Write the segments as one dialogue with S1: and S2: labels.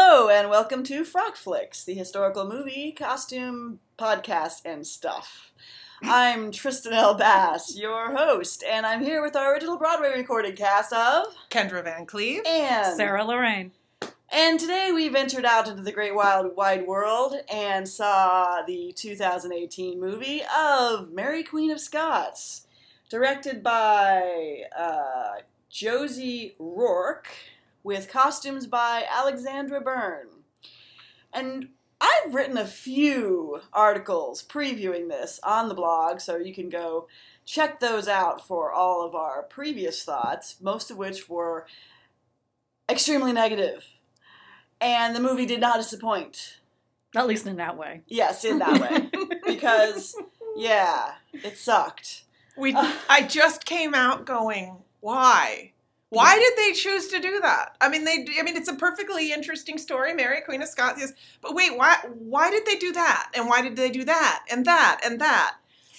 S1: welcome to Frock Flicks, the historical movie, costume, podcast, and stuff. I'm Tristan L. Bass, your host, and I'm here with our original Broadway recording cast of
S2: Kendra Van Cleve.
S1: and
S3: Sarah Lorraine.
S1: And today we ventured out into the great wild wide world and saw the 2018 movie of Mary Queen of Scots, directed by uh, Josie Rourke, with costumes by Alexandra Byrne. And I've written a few articles previewing this on the blog, so you can go check those out for all of our previous thoughts, most of which were extremely negative. And the movie did not disappoint.
S3: At least in that way.
S1: Yes, in that way. because, yeah, it sucked.
S2: We, I just came out going, why? Why did they choose to do that? I mean, they. I mean, it's a perfectly interesting story, Mary Queen of Scots. Yes, but wait, why? Why did they do that? And why did they do that? And that? And that?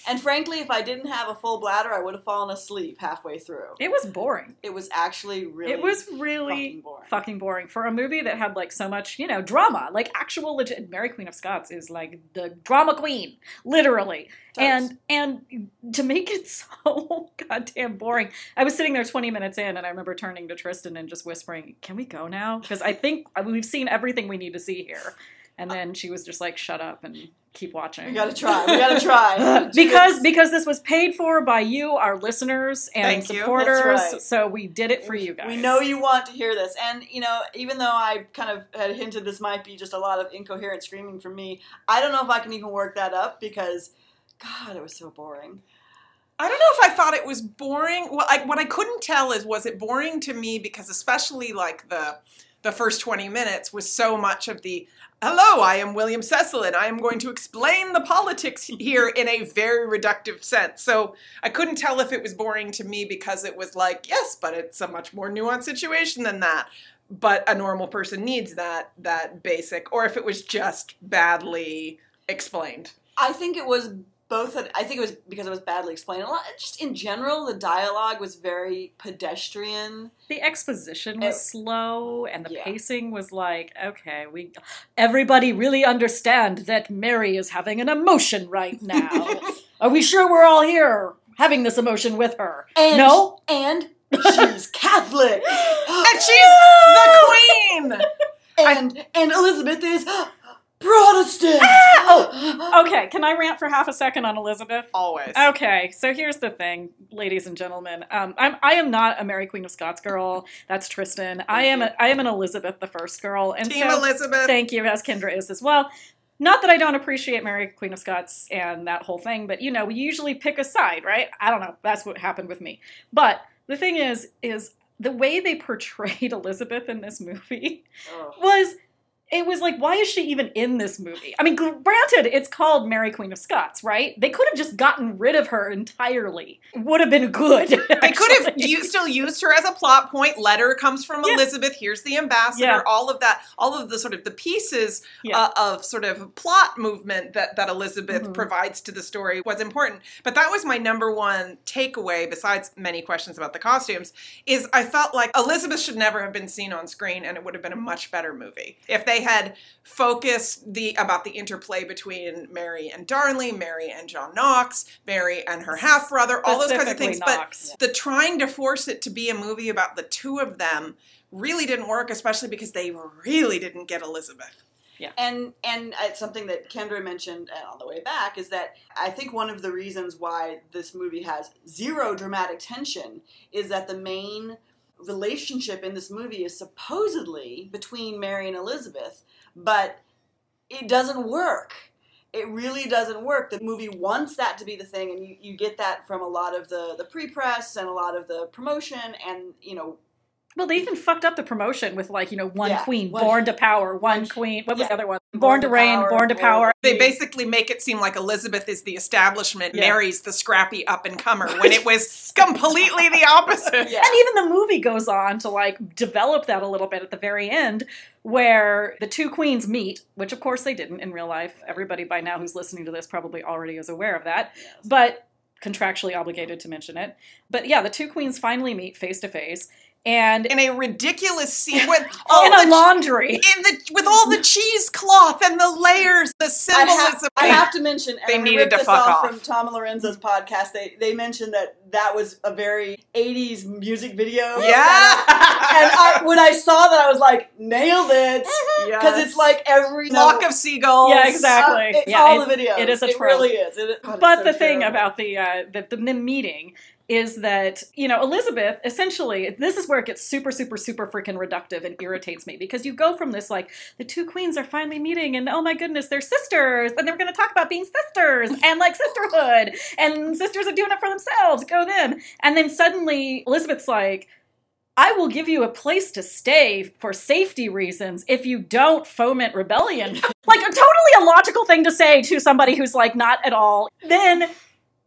S1: And frankly, if I didn't have a full bladder, I would have fallen asleep halfway through.
S3: It was boring.
S1: It was actually really.
S3: it was really
S1: fucking boring.
S3: fucking boring for a movie that had like so much, you know, drama, like actual legit. Mary Queen of Scots is like the drama queen, literally.
S1: Totes.
S3: And and to make it so goddamn boring, I was sitting there 20 minutes in, and I remember turning to Tristan and just whispering, "Can we go now?" Because I think we've seen everything we need to see here. And then she was just like, "Shut up and keep watching."
S1: we gotta try. We gotta try.
S3: because because this was paid for by you, our listeners and
S2: Thank you. That's
S3: supporters.
S1: right.
S3: So we did it for you guys.
S1: We know you want to hear this. And, you know, even though I kind of had hinted this might be just a lot of incoherent screaming from me, I don't know if I can even work that up because, God, it was so boring.
S2: I don't know if I thought it was boring. Well, I, what I couldn't tell is was it boring to me because especially like the the first 20 minutes was so much of the hello i am william cecil and i am going to explain the politics here in a very reductive sense so i couldn't tell if it was boring to me because it was like yes but it's a much more nuanced situation than that but a normal person needs that that basic or if it was just badly explained
S1: I think it was both. I think it was because it was badly explained. A lot, just in general, the dialogue was very pedestrian.
S3: the exposition was
S1: It-
S3: slow and the
S1: Oh. Yeah.
S3: pacing was like, okay, we everybody really understand that Mary is having an emotion right now. Are we sure we're all here having this emotion with her?
S1: And,
S3: no?
S1: and she's Catholic.
S2: and she's the queen
S1: and and Elizabeth is Protestant.
S3: Okay, can I rant for half a second on Elizabeth?
S2: always
S3: Okay, so here's the thing, ladies and gentlemen. Um, I'm I am not a Mary Queen of Scots girl. That's Tristan. I am a, I am an Elizabeth the First girl, and
S2: Team
S3: so
S2: Elizabeth.
S3: thank you, as Kendra is as well. Not that I don't appreciate Mary Queen of Scots and that whole thing, but you know we usually pick a side, right? I don't know. That's what happened with me. But the thing is, is the way they portrayed Elizabeth in this movie was it was like why is she even in this movie i mean gr- granted it's called mary queen of scots right they could have just gotten rid of her entirely would have been good
S2: they could have
S3: actually.
S2: you still used her as a plot point. Letter comes from
S3: Yeah.
S2: Elizabeth. Here's the ambassador.
S3: Yeah.
S2: All of that, all of the sort of the pieces
S3: Yeah.
S2: uh, of sort of plot movement that that Elizabeth
S3: Mhm.
S2: provides to the story was important. But that was my number one takeaway. Besides many questions about the costumes, is I felt like Elizabeth should never have been seen on screen, and it would have been a much better movie if they had focused the about the interplay between Mary and Darnley, Mary and John Knox, Mary and her half brother, all those kinds of
S3: Specifically
S2: things. But
S3: Knox.
S2: the trying to force it to be a movie about the two of them really didn't work, especially because they really didn't get Elizabeth.
S1: And and it's something that Kendra mentioned uh, on the way back is that I think one of the reasons why this movie has zero dramatic tension is that the main relationship in this movie is supposedly between Mary and Elizabeth, but it doesn't work. It really doesn't work. The movie wants that to be the thing, and you, you get that from a lot of the, the pre press and a lot of the promotion, and you know
S3: well they even fucked up the promotion with like you know one
S1: Yeah,
S3: queen
S1: one-
S3: born to power one queen what was
S1: Yeah.
S3: the other one born,
S1: Born
S3: to
S1: to
S3: reign
S1: power,
S3: born to
S1: or-
S3: power
S2: They basically make it seem like Elizabeth is the establishment,
S3: Mm-hmm. Yeah.
S2: Mary's the scrappy up and comer, when it was completely the opposite.
S1: yeah.
S3: And even the movie goes on to like develop that a little bit at the very end, where the two queens meet, which of course they didn't in real life. Everybody by now who's listening to this probably already is aware of that, but contractually obligated to mention it. But yeah, the two queens finally meet face to face. and
S2: in a ridiculous scene with all
S3: in a
S2: oh, the
S3: laundry.
S2: in the with all the cheesecloth and the layers, the
S1: I
S2: symbolism.
S1: have, I have to mention, and
S2: They
S1: I'm gonna
S2: needed
S1: rip
S2: to
S1: this
S2: fuck
S1: off,
S2: off.
S1: from Tom and Lorenzo's podcast. They they mentioned that that was a very '80s music video.
S2: Oh, yeah,
S1: and I, when I saw that, I was like, nailed it, because it's like every
S2: flock of seagulls.
S3: Yeah, exactly.
S1: Uh, it's
S3: Yeah,
S1: all
S3: it-
S1: the videos.
S3: it is a
S1: It
S3: trope.
S1: really is. It- God, it's
S3: but
S1: so
S3: the thing
S1: terrible.
S3: about the, uh, the the them meeting is that you know Elizabeth essentially this is where it gets super super super freaking reductive and irritates me because you go from this like the two queens are finally meeting and oh my goodness they're sisters and they're going to talk about being sisters and like sisterhood and sisters are doing it for themselves go them and then suddenly Elizabeth's like. I will give you a place to stay for safety reasons if you don't foment rebellion like a totally illogical thing to say to somebody who's like not at all. Then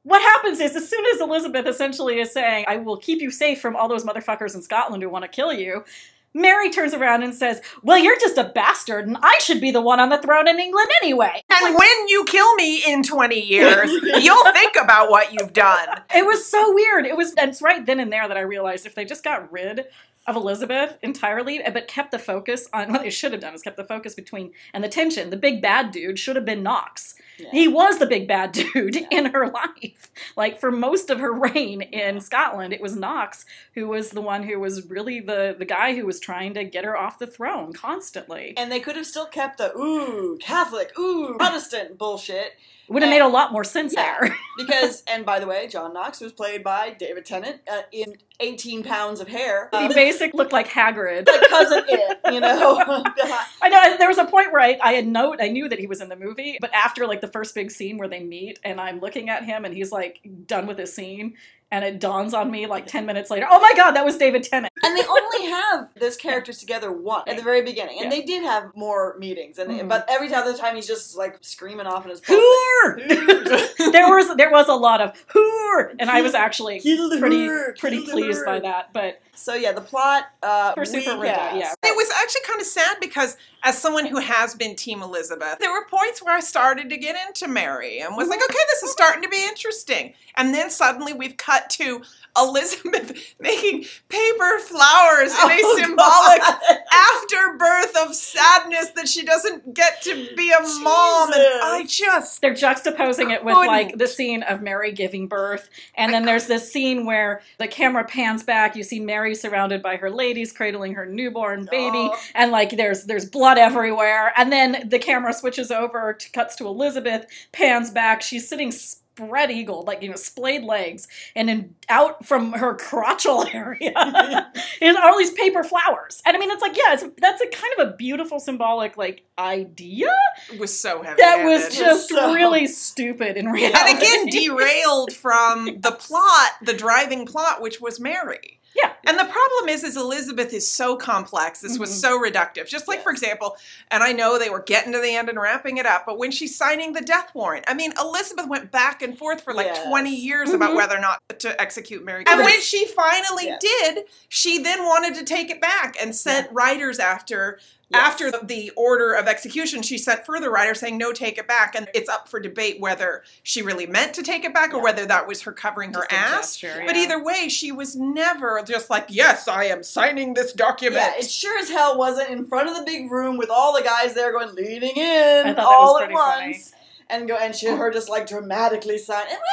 S3: what happens is as soon as Elizabeth essentially is saying, I will keep you safe from all those motherfuckers in Scotland who want to kill you, Mary turns around and says, Well, you're just a bastard and I should be the one on the throne in England anyway.
S2: And when you kill me in 20 years, you'll think about what you've done.
S3: It was so weird. It was that's right then and there that I realized if they just got rid of Elizabeth entirely, eh, but kept the focus on what they should have done is kept the focus between and the tension. The big bad dude should have been Knox.
S1: Yeah.
S3: He was the big bad dude in her life. Like for most of her reign in Scotland, it was Knox who was the one who was really the the guy who was trying to get her off the throne constantly.
S1: and they could have still kept the ooh Catholic, ooh Protestant bullshit
S3: Would have made a lot more sense
S1: Yeah.
S3: there.
S1: because. and by the way, John Knox was played by David Tennant uh, in 18 pounds of hair.
S3: he
S1: Uh,
S3: basically looked like Hagrid.
S1: because of it, you know.
S3: I know and there was a point where I, I had note I knew that he was in the movie, but after like the first big scene where they meet and I'm looking at him and he's like done with his scene and it dawns on me like ten minutes later, oh my god, that was David Tennant.
S1: and they only have those characters together once at the very beginning, and
S3: Yeah.
S1: they did have more meetings, and
S3: Mhm.
S1: but every other time he's just like screaming off in his
S3: Hoor!
S1: pulpit.
S3: there was there was a lot of hoor and I was actually
S1: Kill the
S3: pretty
S1: Hoor,
S3: pretty
S1: kill the
S3: pleased by
S1: Hoor.
S3: that. But
S1: So yeah, the plot. Uh,
S3: Super, super
S1: weak ass.
S3: ridiculous, yeah.
S2: It was actually kind of sad because, as someone who has been Team Elizabeth, there were points where I started to get into Mary and was like, okay, this is starting to be interesting. And then suddenly we've cut to Elizabeth making paper flowers in a
S1: Oh,
S2: symbolic
S1: God.
S2: afterbirth of sadness that she doesn't get to be a mom. And I just.
S3: they're juxtaposing it with
S2: Couldn't.
S3: like the scene of Mary giving birth, and
S2: I
S3: then there's this scene where the camera pans back. You see Mary surrounded by her ladies cradling her newborn baby,
S2: Oh.
S1: Aw.
S3: and like there's there's blood everywhere and then the camera switches over to cuts to elizabeth pans back she's sitting spread eagled like you know splayed legs and in, out from her crotchal area is all these paper flowers and i mean it's like yeah it's, that's a kind of a beautiful symbolic like idea
S2: It was so heavy.
S3: that was
S1: it's
S3: just
S1: so-
S3: really stupid in reality
S2: and again derailed from the plot, the driving plot, which was Mary.
S3: Yeah.
S2: And the problem is, is Elizabeth is so complex. This was
S3: Mhm.
S2: so reductive. Just like, for
S1: Yes.
S2: example, and I know they were getting to the end and wrapping it up, but when she's signing the death warrant, I mean, Elizabeth went back and forth for like
S1: Yes.
S2: 20 years
S3: Mhm.
S2: about whether or not to execute Mary.
S1: Yes.
S2: Mm-hmm. And when she finally
S1: Yes.
S2: did, she then wanted to take it back and sent writers after
S1: Yes.
S2: after the- the order of execution, she sent further writers saying, no, take it back. And it's up for debate whether she really meant to take it back or
S1: Yeah.
S2: whether that was her covering her
S3: Just a
S2: ass.
S3: gesture,
S2: But
S3: yeah.
S2: either way, she was never just like, yes, I am signing this document.
S1: Yeah, it sure as hell wasn't in front of the big room with all the guys there going leaning in
S3: thought that
S1: all
S3: was
S1: at
S3: pretty funny.
S1: once, and go and she her just like dramatically sign. And we-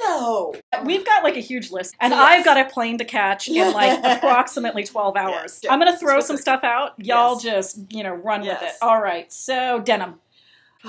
S1: no,
S3: We've got like a huge list, and
S1: Yes.
S3: I've got a plane to catch in like approximately 12 hours.
S1: Yes.
S3: I'm going to throw some
S1: Specific.
S3: stuff out. Y'all just, you know, run with it.
S1: Yes.
S3: All right. So, denim.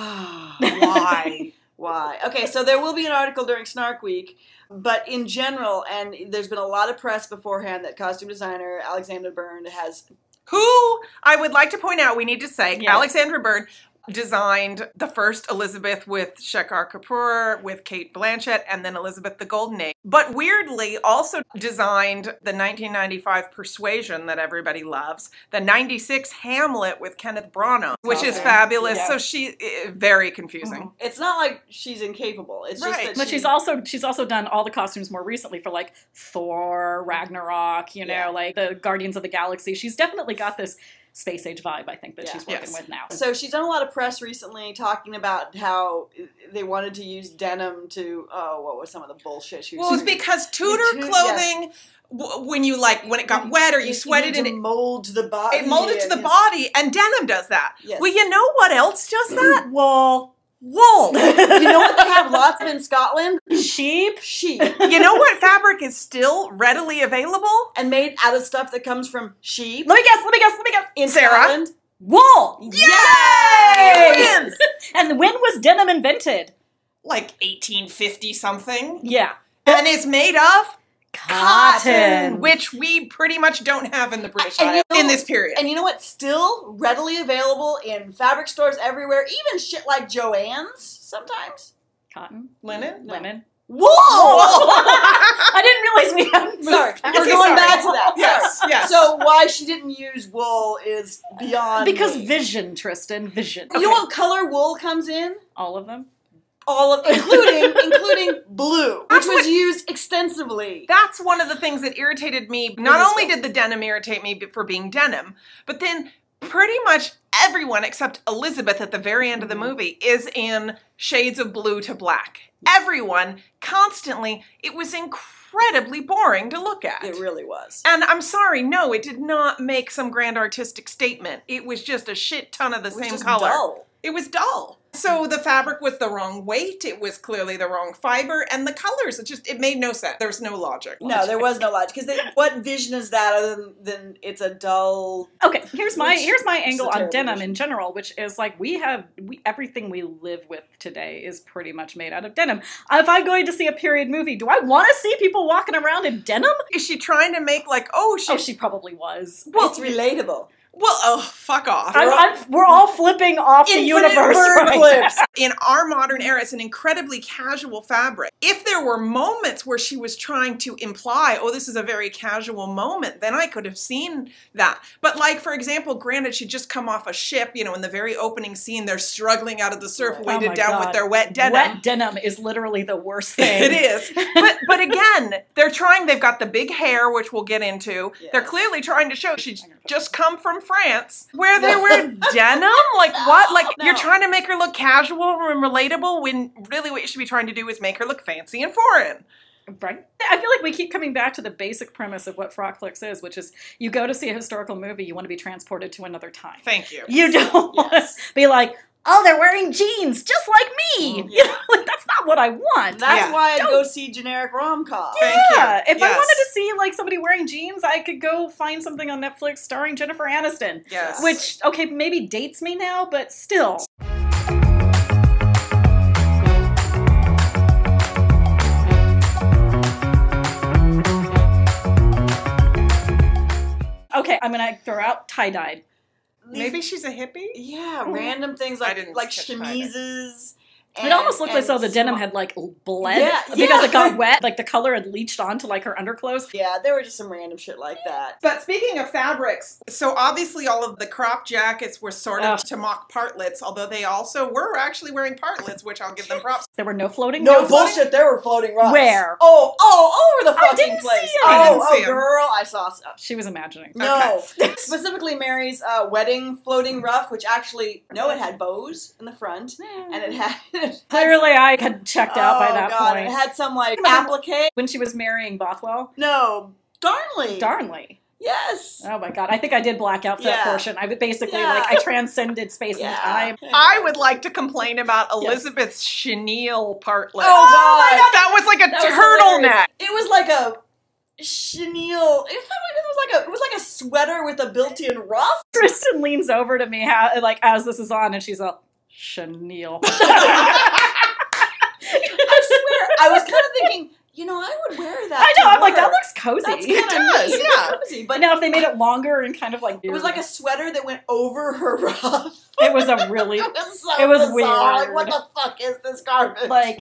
S2: Why?
S1: Why? Okay, so there will be an article during Snark Week, but in general, and there's been a lot of press beforehand that costume designer Alexander Byrne has
S2: Who I would like to point out, we need to say
S3: Yeah.
S2: Alexandra Byrne designed the first Elizabeth with Shekhar Kapoor, with Kate Blanchett, and then Elizabeth the Golden Age. But weirdly, also designed the 1995 Persuasion that everybody loves, the 96 Hamlet with Kenneth Branagh, which is
S3: Awesome.
S2: fabulous.
S3: Yeah.
S2: So she, eh, very confusing.
S1: It's not like she's incapable. It's
S2: Right.
S1: just that
S3: But she's also she's also done all the costumes more recently for like Thor, Ragnarok, you know,
S1: Yeah.
S3: like the Guardians of the Galaxy. She's definitely got this space age vibe, I think, that
S1: Yeah.
S3: she's working
S2: Yes.
S3: with now.
S1: So she's done a lot of press recently talking about how they wanted to use denim to oh what was some of the bullshit she was
S2: Well, it's
S1: doing?
S2: because Tudor
S1: Tudor-
S2: clothing w- when you like when it got wet or you sweated and
S1: need
S2: it,
S1: to mold to the body.
S2: it molded to
S1: and
S2: the
S1: it's-
S2: body, and denim does that.
S1: Yes.
S2: Well, you know what else does that?
S3: Wool.
S2: Wool.
S1: you know what they have lots of in Scotland?
S3: Sheep.
S1: Sheep.
S2: you know what fabric is still readily available?
S1: And made out of stuff that comes from sheep.
S3: Let me guess, let me guess, let me guess.
S1: In
S2: Sarah?
S1: Scotland.
S3: Wool.
S2: Yay!
S3: Yay!
S2: Wins!
S3: And when was denim invented?
S2: Like 1850 something.
S3: Yeah.
S2: And it's made of
S3: Cotton.
S2: which we pretty much don't have in the British
S1: And you
S2: Isles
S1: know-
S2: in this period.
S1: And you know what? Still readily available in fabric stores everywhere, even shit like Joann's sometimes.
S3: Cotton.
S2: Linen?
S3: Lemon.
S1: Whoa! Oh.
S3: I didn't realize we hadn't moved
S1: Sorry,
S3: past
S1: we're
S3: it.
S2: Okay,
S1: going
S2: sorry.
S1: back to that.
S2: Yes,
S1: Sorry.
S2: yes.
S1: So why she didn't use wool is beyond
S3: Because
S1: me.
S3: vision, Tristan, vision.
S1: you know what color wool comes in?
S3: All of them.
S1: All of including including blue, which
S2: That's
S1: was
S2: what-
S1: used extensively.
S2: That's one of the things that irritated me. Not only did the denim irritate me b- for being denim, but then pretty much everyone except Elizabeth at the very end of
S1: Mm-hmm.
S2: the movie is in shades of blue to black. Everyone constantly. It was incredibly boring to look at.
S1: It really was.
S2: and I'm sorry, no, it did not make some grand artistic statement. It was just a shit ton of the
S1: It was
S2: same
S1: just
S2: color.
S1: dull. Mm-hmm.
S2: It was dull. So the fabric was the wrong weight, it was clearly the wrong fiber, and the colors, it just it made no sense. There was no logic.
S1: No, there was no logic. Because what vision is that other than, than it's a dull?
S3: Okay, here's my
S1: Which
S3: here's my
S1: is
S3: angle
S1: a
S3: on
S1: terrible
S3: denim
S1: vision.
S3: in general, which is like we have we, everything we live with today is pretty much made out of denim. If I'm going to see a period movie, do I want to see people walking around in denim?
S2: Is she trying to make like, oh she,
S3: Oh, she probably was.
S2: well,
S1: it's relatable.
S2: well oh fuck off.
S3: I'm, I'm, we're all flipping off the
S2: Infinite
S3: universe
S2: verb
S3: right
S2: flips.
S3: now.
S2: In our modern era, it's an incredibly casual fabric. If there were moments where she was trying to imply, oh, this is a very casual moment, then I could have seen that. But, like, for example, granted, she'd just come off a ship, you know, in the very opening scene, they're struggling out of the surf,
S1: Right.
S2: weighted
S3: Oh, my
S2: down
S3: God.
S2: with their wet denim.
S3: Wet denim is literally the worst thing.
S2: It is. But but again, they're trying they've got the big hair which we'll get into. They're
S1: Yes.
S2: clearly trying to show she's just come from France where they wear denim? Like what? Like
S1: No.
S2: you're trying to make her look casual and relatable when really what you should be trying to do is make her look fancy and foreign.
S3: Right. I feel like we keep coming back to the basic premise of what Frock Flicks is, which is you go to see a historical movie, you want to be transported to another time.
S2: Thank you.
S3: You don't want to
S1: Yes.
S3: be like, oh, they're wearing jeans just like me.
S1: Mm.
S3: You know, like, that's not what I want.
S1: That's why I
S3: Don't-
S1: go see generic rom com.
S2: Thank you.
S3: yeah. If I
S2: Yes.
S3: wanted to see like somebody wearing jeans, I could go find something on Netflix starring Jennifer Aniston.
S2: Yes.
S3: Which okay, maybe dates me now, but still. Okay, I'm gonna throw out tie dyed.
S2: maybe she's a hippie?
S1: Yeah,
S3: Mm-hmm.
S1: random things
S2: I
S1: like
S2: didn't
S1: like
S2: catch either.
S1: chemises.
S3: It almost looked
S1: and
S3: like so the denim
S1: sma-
S3: had like bled
S1: Yeah,
S3: because
S1: yeah.
S3: it got wet, like the color had leached onto like her underclothes.
S1: Yeah, there were just some random shit like that.
S2: But speaking of fabrics, so obviously all of the crop jackets were sort of to mock partlets, although they also were actually wearing partlets, which I'll give them props
S3: There were no floating.
S1: No
S3: rocks on it?
S1: bullshit, there were floating rocks.
S3: Where?
S1: Oh, oh, over the
S3: I
S1: fucking
S3: didn't see
S1: place.
S3: it.
S1: Oh,
S2: I didn't
S1: oh,
S2: see 'em.
S1: girl, I saw some.
S3: She was imagining.
S1: No, specifically Mary's uh, wedding floating ruff, which actually no, it had bows in the front, and it had it had-
S3: Clearly, I had checked out by
S1: oh,
S3: that
S1: God,
S3: point.
S1: It had some like
S3: Come on.
S1: applique.
S3: when she was marrying Bothwell,
S1: No, Darnley.
S3: Darnley.
S1: yes.
S3: Oh my God, I think I did black out for
S1: Yeah.
S3: that portion. I basically
S1: Yeah.
S3: like I transcended space
S1: Yeah.
S3: and time.
S2: I would like to complain about
S3: Yes.
S2: Elizabeth's chenille partlet.
S1: Oh, God.
S2: my That was like a
S3: That was
S2: turtleneck.
S3: hilarious.
S1: It was like a chenille. It was like a it was like a sweater with a built-in ruff.
S3: Kristen leans over to me, how, like as this is on, and she's like, "Chenille."
S1: I swear, I was kind of thinking, you know, I would wear that.
S3: I know.
S1: to
S3: I'm like, that
S1: work.
S3: looks cozy.
S1: That's kind of
S2: does,
S1: neat.
S2: yeah.
S1: It's cozy,
S3: But
S1: but
S3: now, if they made it longer and kind of like
S1: it was like a sweater that went over her ruff.
S3: it was a really
S1: It was so
S3: It was
S1: bizarre.
S3: weird.
S1: Like, what the fuck is this garbage?
S3: like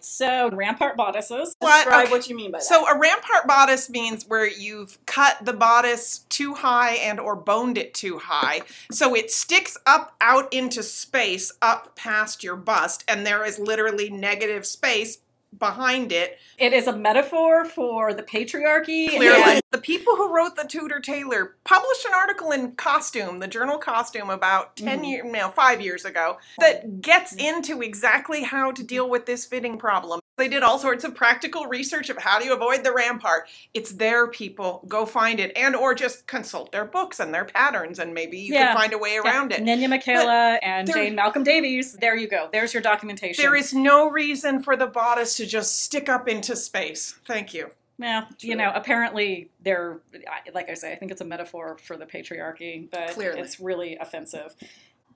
S3: so rampart bodices
S2: What?
S1: describe
S2: Okay.
S1: what you mean by that.
S2: So a rampart bodice means where you've cut the bodice too high and or boned it too high. So it sticks up out into space up past your bust and there is literally negative space behind it.
S3: It is a metaphor for the patriarchy.
S2: Clearly,
S1: Yeah.
S2: the people who wrote the Tudor Tailor published an article in Costume, the journal Costume, about 10
S1: Mhm.
S2: year years, no, five years ago, that gets into exactly how to deal with this fitting problem. They did all sorts of practical research of how do you avoid the rampart. It's there, people. Go find it, and or just consult their books and their patterns, and maybe you
S3: Yeah.
S2: can find a way around it.
S3: Nina Michaela and
S2: there-
S3: Jane Malcolm Davies. There you go. There's your documentation.
S2: There is no reason for the bodice to just stick up into space. Thank you.
S3: Well, you
S1: True.
S3: know, apparently they're, I- like I say, I think it's a metaphor for the patriarchy, but
S2: Clearly.
S3: it's really offensive.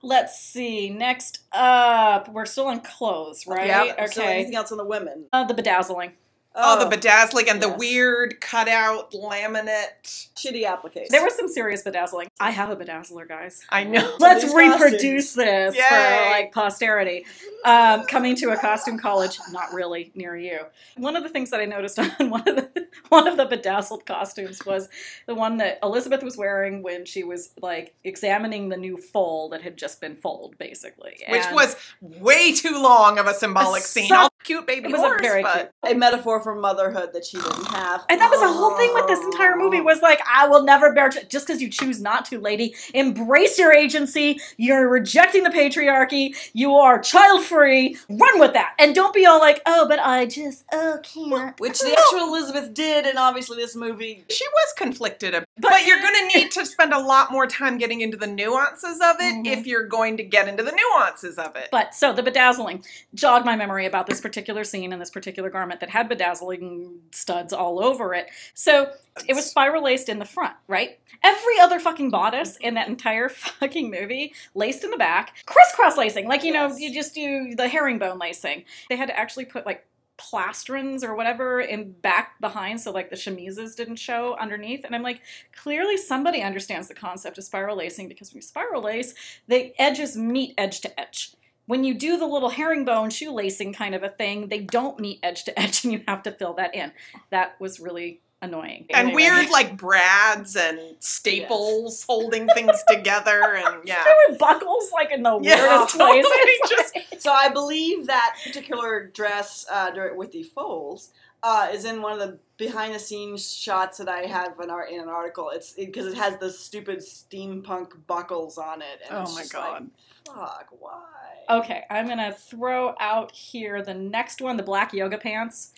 S3: Let's see. Next up, we're still on clothes, right?
S1: Yeah. So
S3: okay. Oh,
S1: anything else on the women?
S3: uh, the bedazzling.
S2: All
S1: Oh.
S2: the bedazzling and the
S3: Yes.
S2: weird cutout laminate.
S1: shitty application.
S3: There was some serious bedazzling. I have a bedazzler, guys.
S2: I know.
S3: Let's
S1: These
S3: reproduce this
S2: Yay.
S3: for like posterity. Um, coming to a costume college, not really near you. One of the things that I noticed on one of the one of the bedazzled costumes was the one that Elizabeth was wearing when she was like examining the new foal that had just been foaled, basically.
S2: Which
S3: And
S2: was way too long of a symbolic
S3: A
S2: scene.
S3: suck-
S2: All cute baby
S3: It was a
S2: horse,
S3: very
S2: but
S3: cute-
S1: a metaphor for motherhood that she didn't have. Oh.
S3: And that was the whole thing with this
S2: Oh.
S3: entire movie was like, I will never bear ch- just because you choose not to, lady. Embrace your agency. You're rejecting the patriarchy. You are child free. Run with that, and don't be all like, oh, but I just oh can't.
S1: which the actual Elizabeth did, and obviously this movie.
S2: she was conflicted. ab- But, you're going to need to spend a lot more time getting into the nuances of it
S3: Mhm.
S2: if you're going to get into the nuances of it.
S3: But so the bedazzling jogged my memory about this particular scene and this particular garment that had bedazzling studs all over it. So it was spiral laced in the front, right? Every other fucking bodice in that entire fucking movie laced in the back, crisscross lacing, like you know,
S1: Yes.
S3: you just do the herringbone lacing. They had to actually put like plastrons or whatever in back behind so like the chemises didn't show underneath and i'm like clearly somebody understands the concept of spiral lacing because when you spiral lace the edges meet edge to edge when you do the little herringbone shoelacing kind of a thing, they don't meet edge to edge and you have to fill that in. That was really annoying.
S2: and
S3: Anyway.
S2: weird like brads and staples holding things together and yeah.
S3: There were buckles like in the
S2: Yeah,
S3: weirdest
S2: totally,
S3: places.
S2: just-
S1: So I believe that particular dress uh, dur- with the folds uh, is in one of the behind-the-scenes shots that I have in, our, in an article. It's because it, has the stupid steampunk buckles on it. And it's
S2: Oh my
S1: just
S2: god. Oh.
S1: Like, Fuck! Why?
S3: Okay, I'm gonna throw out here the next one, the black yoga pants.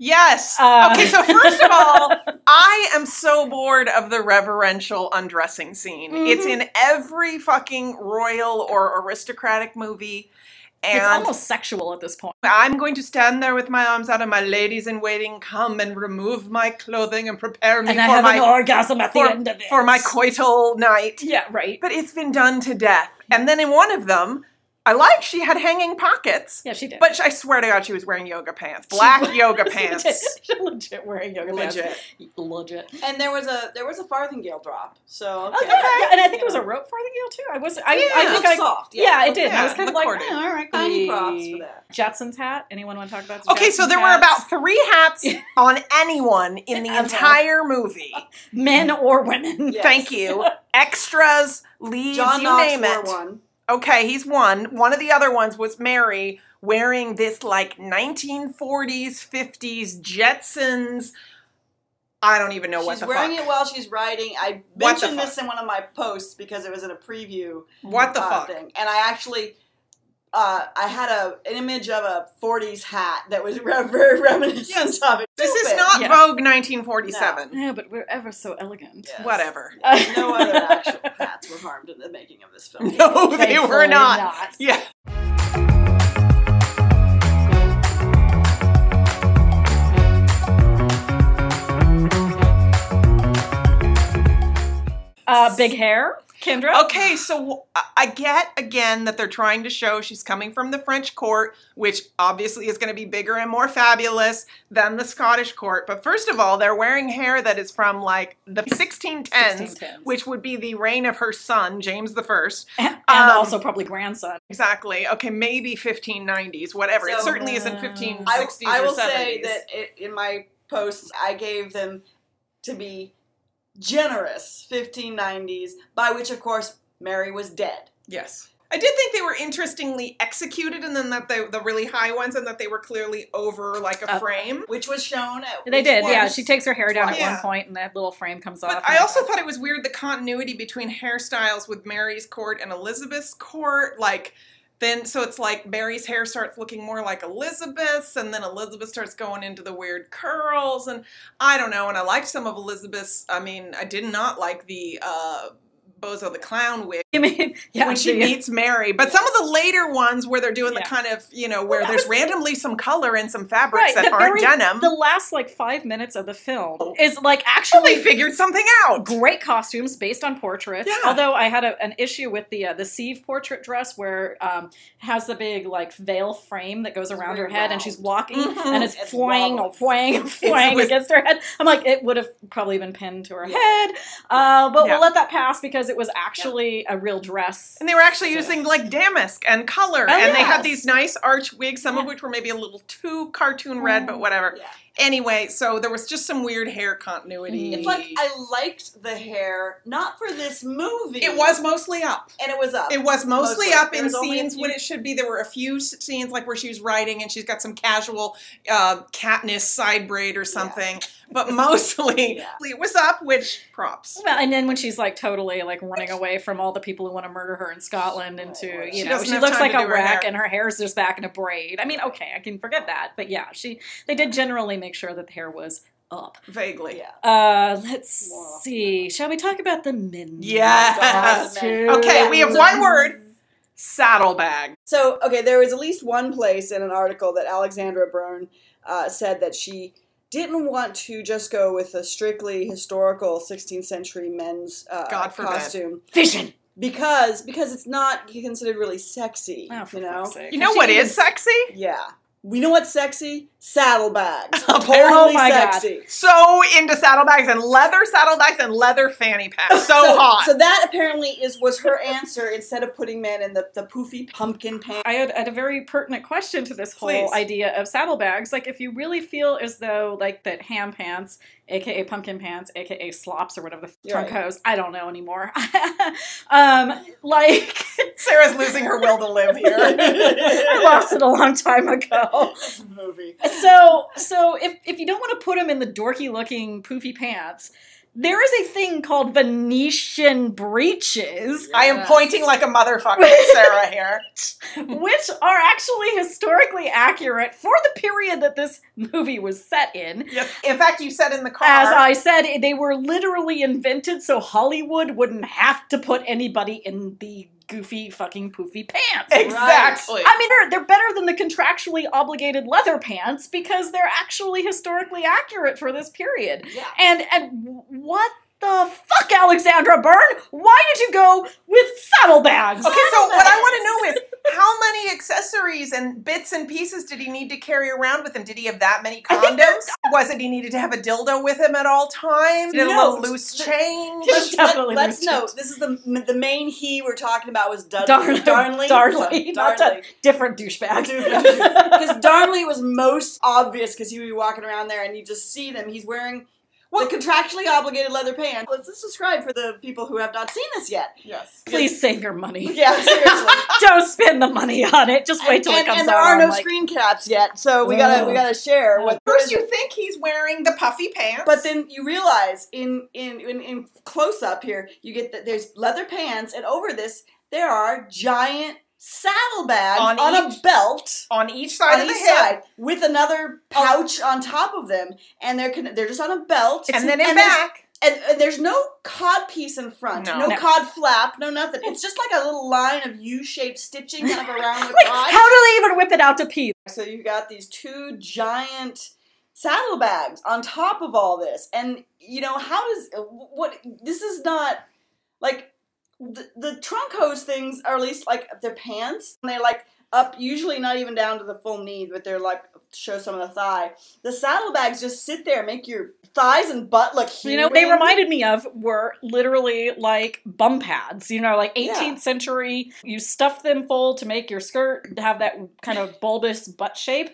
S2: Yes.
S3: Uh,
S2: okay, so first of all, I am so bored of the reverential undressing scene. It's
S3: Mhm.
S2: in every fucking royal or aristocratic movie. And
S3: it's almost sexual at this point.
S2: I'm going to stand there with my arms out, and my ladies in waiting come and remove my clothing and prepare me
S3: And
S2: for
S3: I have
S2: my
S3: an orgasm at the end of it.
S2: for my coital night.
S3: Yeah, right.
S2: But it's been done to death. And then in one of them, I like she had hanging pockets,
S3: Yeah, she did.
S2: but I swear to God, she was wearing yoga pants, black yoga
S3: She did.
S2: pants,
S3: She legit wearing yoga
S2: legit.
S3: pants. Legit.
S1: And there was a there was a farthingale drop. So
S3: Okay.
S1: okay.
S3: Yeah, and I think it was a rope farthingale too. I was. I, I
S2: Yeah.
S1: It
S3: think
S1: looked
S3: I
S1: soft. Yeah.
S3: Yeah, it did.
S2: Yeah,
S3: I was kind of
S2: look
S3: like,
S2: corny.
S3: "Oh, all right,
S1: Tiny
S3: cool."
S1: props for that.
S3: Jetson's hat. Anyone want to talk about?
S2: Okay, so
S3: Jetson's
S2: there were
S3: hats?
S2: about three hats on anyone in the
S3: Ever.
S2: entire movie.
S3: men or women.
S1: Yeah. Yes.
S2: Thank you. Extras, leaves,
S1: John
S2: you
S1: Knox
S2: name
S1: wore
S2: it.
S1: one.
S2: Okay, he's one. One of the other ones was Mary wearing this like 1940s, 50s Jetsons. I don't even know what
S1: she's
S2: the
S1: wearing
S2: fuck.
S1: it while she's riding. I
S2: What the
S1: mentioned this in one of my posts because it was in a preview
S2: What the
S1: uh,
S2: fuck?
S1: thing, and I actually. Uh, I had a an image of a '40s hat that was re- very reminiscent of it.
S2: This is
S1: Stupid.
S2: not
S3: Yeah.
S2: Vogue 1947.
S3: Yeah, but we're ever so elegant. Uh,
S1: Yes.
S2: Whatever.
S1: No other actual hats were harmed in the making of this film.
S2: No, they were
S3: Thankfully
S2: not. Yeah.
S3: Uh, big hair, Kendra.
S2: Okay, so I- I get again that they're trying to show she's coming from the French court, which obviously is going to be bigger and more fabulous than the Scottish court. But first of all, they're wearing hair that is from like the 1610s,
S3: 1610s.
S2: which would be the reign of her son, James the First.
S3: and
S2: um,
S3: also probably grandson.
S2: Exactly. Okay, maybe 1590s, whatever. it
S1: So,
S2: certainly isn't
S3: uh,
S2: 1560s
S1: I, I will
S2: or 70s.
S1: say that it, in my posts, I gave them to be generous 1590s, by which, of course, Mary was dead.
S2: yes. I did think they were interestingly executed, and then that they, the really high ones, and that they were clearly over like a
S3: Up.
S2: frame.
S1: which was shown. At,
S3: They
S1: which
S3: did, yeah.
S1: was-
S3: She takes her hair down at
S2: Yeah.
S3: one point, and that little frame comes off.
S2: But I also thought it was weird the continuity between hairstyles with Mary's court and Elizabeth's court. Like, then, so it's like Mary's hair starts looking more like Elizabeth's, and then Elizabeth starts going into the weird curls. And I don't know. And I liked some of Elizabeth's. I mean, I did not like the uh, Bozo the Clown wig
S3: I mean, yeah,
S2: when she
S3: the-
S2: meets Mary. But some of the later ones where they're doing
S3: Yeah.
S2: the kind of, you know, where
S3: that
S2: there's
S3: was-
S2: randomly some color and some fabrics that
S3: the
S2: aren't
S3: very-
S2: denim.
S3: The last like five minutes of the film
S2: Oh.
S3: is like actually
S2: they figured something out.
S3: great costumes based on portraits.
S2: Yeah.
S3: Although I had a, an issue with the uh, the Sieve portrait dress where um, it has the big like veil frame that goes around her
S1: very
S3: head and
S1: round.
S3: she's walking
S2: Mhm.
S3: and it's,
S1: It's
S3: flying
S1: wobbly.
S3: and flying and flying
S2: was-
S3: against her head. I'm like it would have probably been pinned to her
S1: Yeah.
S3: head. Uh, but
S2: Yeah.
S3: we'll let that pass because it was actually a real dress.
S2: And they were actually
S3: So-
S2: using like damask and color,
S3: Oh,
S2: and they had
S3: yes.
S2: these nice arch wigs, some of
S3: Yeah.
S2: which were maybe a little too cartoon red,
S1: Mm.
S2: but whatever.
S1: Yeah.
S2: Anyway, so there was just some weird hair continuity.
S1: It's like I liked the hair, not for this movie.
S2: it was mostly up.
S1: and it was up.
S2: It was mostly,
S1: Mostly.
S2: up
S1: There
S2: in
S1: was only a
S2: scenes
S1: few-
S2: when it should be. There were a few s- scenes like where she was writing and she's got some casual uh, Katniss side braid or something, but mostly
S1: Yeah.
S2: it was up. Which props.
S3: Well, and then when she's like totally like running away from all the people who want to murder her in Scotland, into you
S1: She
S3: know
S2: doesn't
S3: she
S2: have
S3: looks
S2: time
S3: like
S2: to
S3: a
S2: do her
S3: wreck,
S2: hair.
S3: and her hair's just back in a braid. I mean, okay, I can forget that, but yeah, she they did generally make sure that the hair was up.
S2: Vaguely.
S1: yeah.
S3: Uh, let's
S1: Well.
S3: see. Shall we talk about the men?
S2: Yes. Okay, we have one word. Saddlebag.
S1: So, okay, there was at least one place in an article that Alexandra Byrne uh, said that she didn't want to just go with a strictly historical 16th century men's uh,
S2: God forbid.
S1: costume
S3: Vision.
S1: because because it's not considered really sexy,
S3: Oh, for
S1: you know.
S3: fuck's sake.
S2: You know
S3: She
S2: what
S3: even-
S2: is sexy?
S1: Yeah. We know what's sexy? Saddlebags. totally
S3: Oh my God.
S1: sexy.
S2: so into saddlebags and leather saddlebags and leather fanny packs. So, hot.
S1: So that apparently is was her answer instead of putting men in the, the poofy pumpkin pants.
S3: I had, had a very pertinent question to this whole
S2: Please.
S3: idea of saddlebags. Like, if you really feel as though, like, that ham pants, aka pumpkin pants, aka slops or whatever the f-
S1: You're
S3: trunk hose, I don't know anymore. um, like,
S2: Sarah's losing her will to live here.
S3: I lost it a long time ago.
S1: This movie.
S3: So, so if if you don't want to put them in the dorky looking poofy pants, there is a thing called Venetian breeches,
S2: I am pointing like a motherfucker at Sarah here.
S3: which are actually historically accurate for the period that this movie was set in.
S2: Yes. In fact, you said in the car.
S3: As I said, they were literally invented so Hollywood wouldn't have to put anybody in the goofy fucking poofy pants.
S2: exactly.
S3: I mean, they're, they're better than the contractually obligated leather pants because they're actually historically accurate for this period.
S1: Yeah.
S3: And and what the fuck, Alexandra Byrne? Why did you go with saddlebags?
S2: Okay, so what I want to know is how many accessories and bits and pieces did he need to carry around with him? Did he have that many
S3: I think
S2: condoms? Was it he needed to have a dildo with him at all times? Did a
S1: No.
S2: little loose chain?
S1: Let's,
S3: Definitely
S1: let, us
S3: missed it.
S1: note uh, this is the the main he we're talking about was Dudley, Darnley,
S3: Darley, Darley, not that different douchebag.
S1: because Darnley was most obvious because he would be walking around there and you just see them. He's wearing well the contractually obligated leather pants. Let's just describe for the people who have not seen this yet.
S2: Yes.
S3: Please save your money.
S1: Yeah, seriously.
S3: Don't spend the money on it. Just wait till
S1: and,
S3: it comes
S1: and there
S3: out.
S1: are
S3: on,
S1: no
S3: like-
S1: screen caps yet, so we gotta we
S3: Ugh.
S1: gotta share what.
S2: First, you think he's wearing the puffy pants,
S1: But then you realize in in in, in close up here, you get that there's leather pants, and over this there are giant saddlebags
S2: On
S1: on,
S2: each-
S1: a belt
S2: on each side
S1: on
S2: of the
S1: each
S2: hip, Oh.
S1: side with another pouch on top of them, and they're con- they're just on a belt,
S2: and then in
S1: there's-
S2: back.
S1: and, and there's no cod piece in front,
S2: No.
S1: no,
S3: No.
S1: cod flap, no nothing. It's just like a little line of U-shaped stitching kind of around the
S3: Like,
S1: cod.
S3: how do they even whip it out to pee?
S1: So you got these two giant saddlebags on top of all this, and you know how does what this is not like the, the trunk hose things are at least like their pants and they like up usually not even down to the full knee, but they're like show some of the thigh. The saddlebags just sit there, and make your thighs and butt look.
S3: You know, what they
S1: human.
S3: reminded me of were literally like bum pads, you know, like 18th
S1: Yeah.
S3: century. You stuff them full to make your skirt have that kind of bulbous butt shape.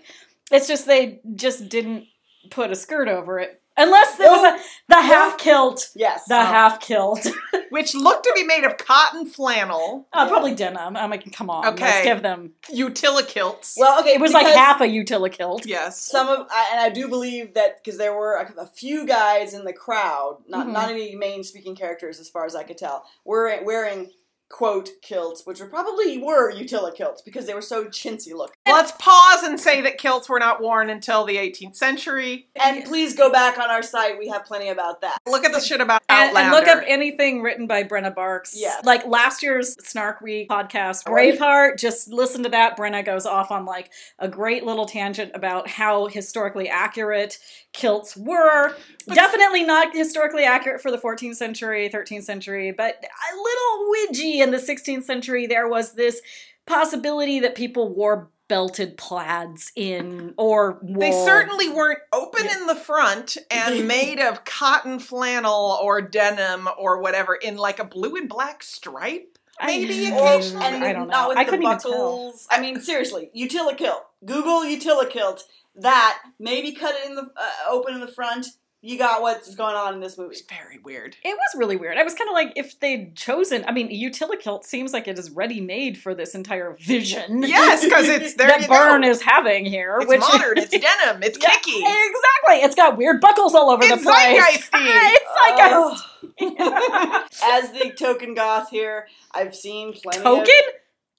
S3: It's just they just didn't put a skirt over it Unless there was a, the half kilt,
S1: Yes. Uh-huh.
S3: the half kilt,
S2: which looked to be made of cotton flannel,
S3: uh, probably denim. I mean, come on,
S2: Okay.
S3: let's give them.
S2: utilikilts.
S1: well, okay.
S3: It was like
S1: because
S3: half a utilikilt.
S2: yes.
S1: Some of, I, and I do believe that because there were a, a few guys in the crowd, not
S3: Mhm.
S1: not any main speaking characters as far as I could tell, were wearing quote kilts, which were probably were utila kilts because they were so chintzy looking.
S2: Let's pause and say that kilts were not worn until the 18th century.
S1: And please go back on our site; we have plenty about that.
S2: Look at the shit about
S3: And,
S2: Outlander.
S3: and look up anything written by Brenna Barks.
S1: Yeah.
S3: Like last year's Snark Week podcast, Braveheart, just listen to that. Brenna goes off on like a great little tangent about how historically accurate kilts were.
S2: But-
S3: Definitely not historically accurate for the 14th century, 13th century, but a little widgy in the 16th century. There was this possibility that people wore belted plaids in or wool.
S2: They certainly weren't open in the front and made of cotton flannel or denim or whatever in like a blue and black stripe.
S3: I-
S2: maybe
S1: Or,
S2: occasionally.
S1: and
S3: I
S1: with-
S3: don't
S1: Not
S3: know.
S1: with
S3: I
S1: the
S3: couldn't even tell.
S1: buckles. I mean, seriously, utila kilt. Google utila kilt. That maybe cut it in the uh, open in the front. You got what's going on in this movie.
S2: It's very weird.
S3: It was really weird. I was kind of like, if they'd chosen, I mean, Utilikilt seems like it is ready made for this entire vision.
S2: Yes, because it's there.
S3: that
S2: you
S3: Byrne
S2: go.
S3: is having here.
S2: It's
S3: which
S2: modern. It's denim. It's
S3: Yeah,
S2: kicky.
S3: Exactly. It's got weird buckles all over
S2: It's
S3: the place.
S2: zeitgeisty.
S3: it's zeitgeist.
S1: Ugh. as the token goth here, I've seen plenty. of-
S3: Token?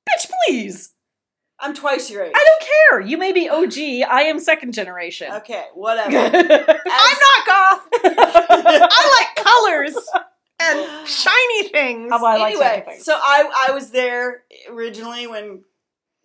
S3: Bitch, please.
S1: I'm twice your age.
S3: I don't care. You may be OG. I am second generation.
S1: Okay, whatever.
S3: I
S2: I'm
S1: As-
S2: not goth. I like colors and
S1: and
S2: shiny things.
S3: like
S1: anyway,
S3: second things.
S1: so I I was there originally when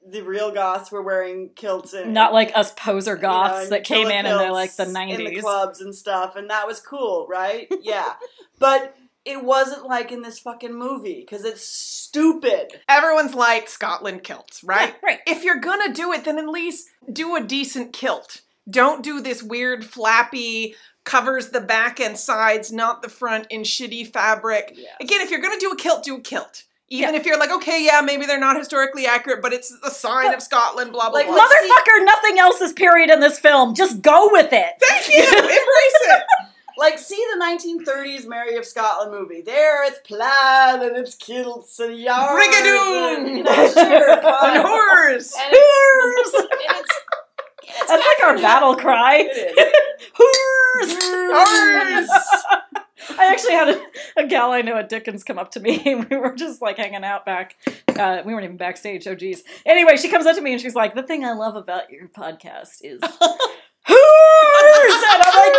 S1: the real goths were wearing kilts and
S3: Not like us poser
S1: you know,
S3: goths
S1: and
S3: that came in in the,
S1: kilts
S3: like the
S1: in the
S3: 90s.
S1: clubs and stuff, and that was cool, right? Yeah, but it wasn't like in this fucking movie because it's stupid.
S2: Everyone's like Scotland kilts, right?
S3: Yeah, right.
S2: If you're gonna do it, then at least do a decent kilt. Don't do this weird flappy covers the back and sides, not the front in shitty fabric.
S1: Yeah.
S2: Again, if you're gonna do a kilt, do a kilt. Even if you're like, okay, yeah, maybe they're not historically accurate, but it's a sign
S3: But-
S2: of Scotland, blah blah
S1: Like,
S2: blah.
S1: let's see-
S3: Motherfucker, nothing else is period in this film. Just go with it.
S2: Thank you. Embrace it.
S1: Like, see the 1930s Mary of Scotland movie. There, it's plaid and it's kilts and yarn.
S2: Brigadoon!
S1: You know, sure, fine.
S2: And horrors.
S1: And it's, and it's,
S3: That's like our battle cry.
S1: it is.
S3: Hoors!
S2: Horrors.
S3: I actually had a, a gal I know at Dickens come up to me, and we were just like hanging out back. Uh, we weren't even backstage. Oh, geez. Anyway, she comes up to me and she's like, "The thing I love about your podcast is hoors," and I'm like,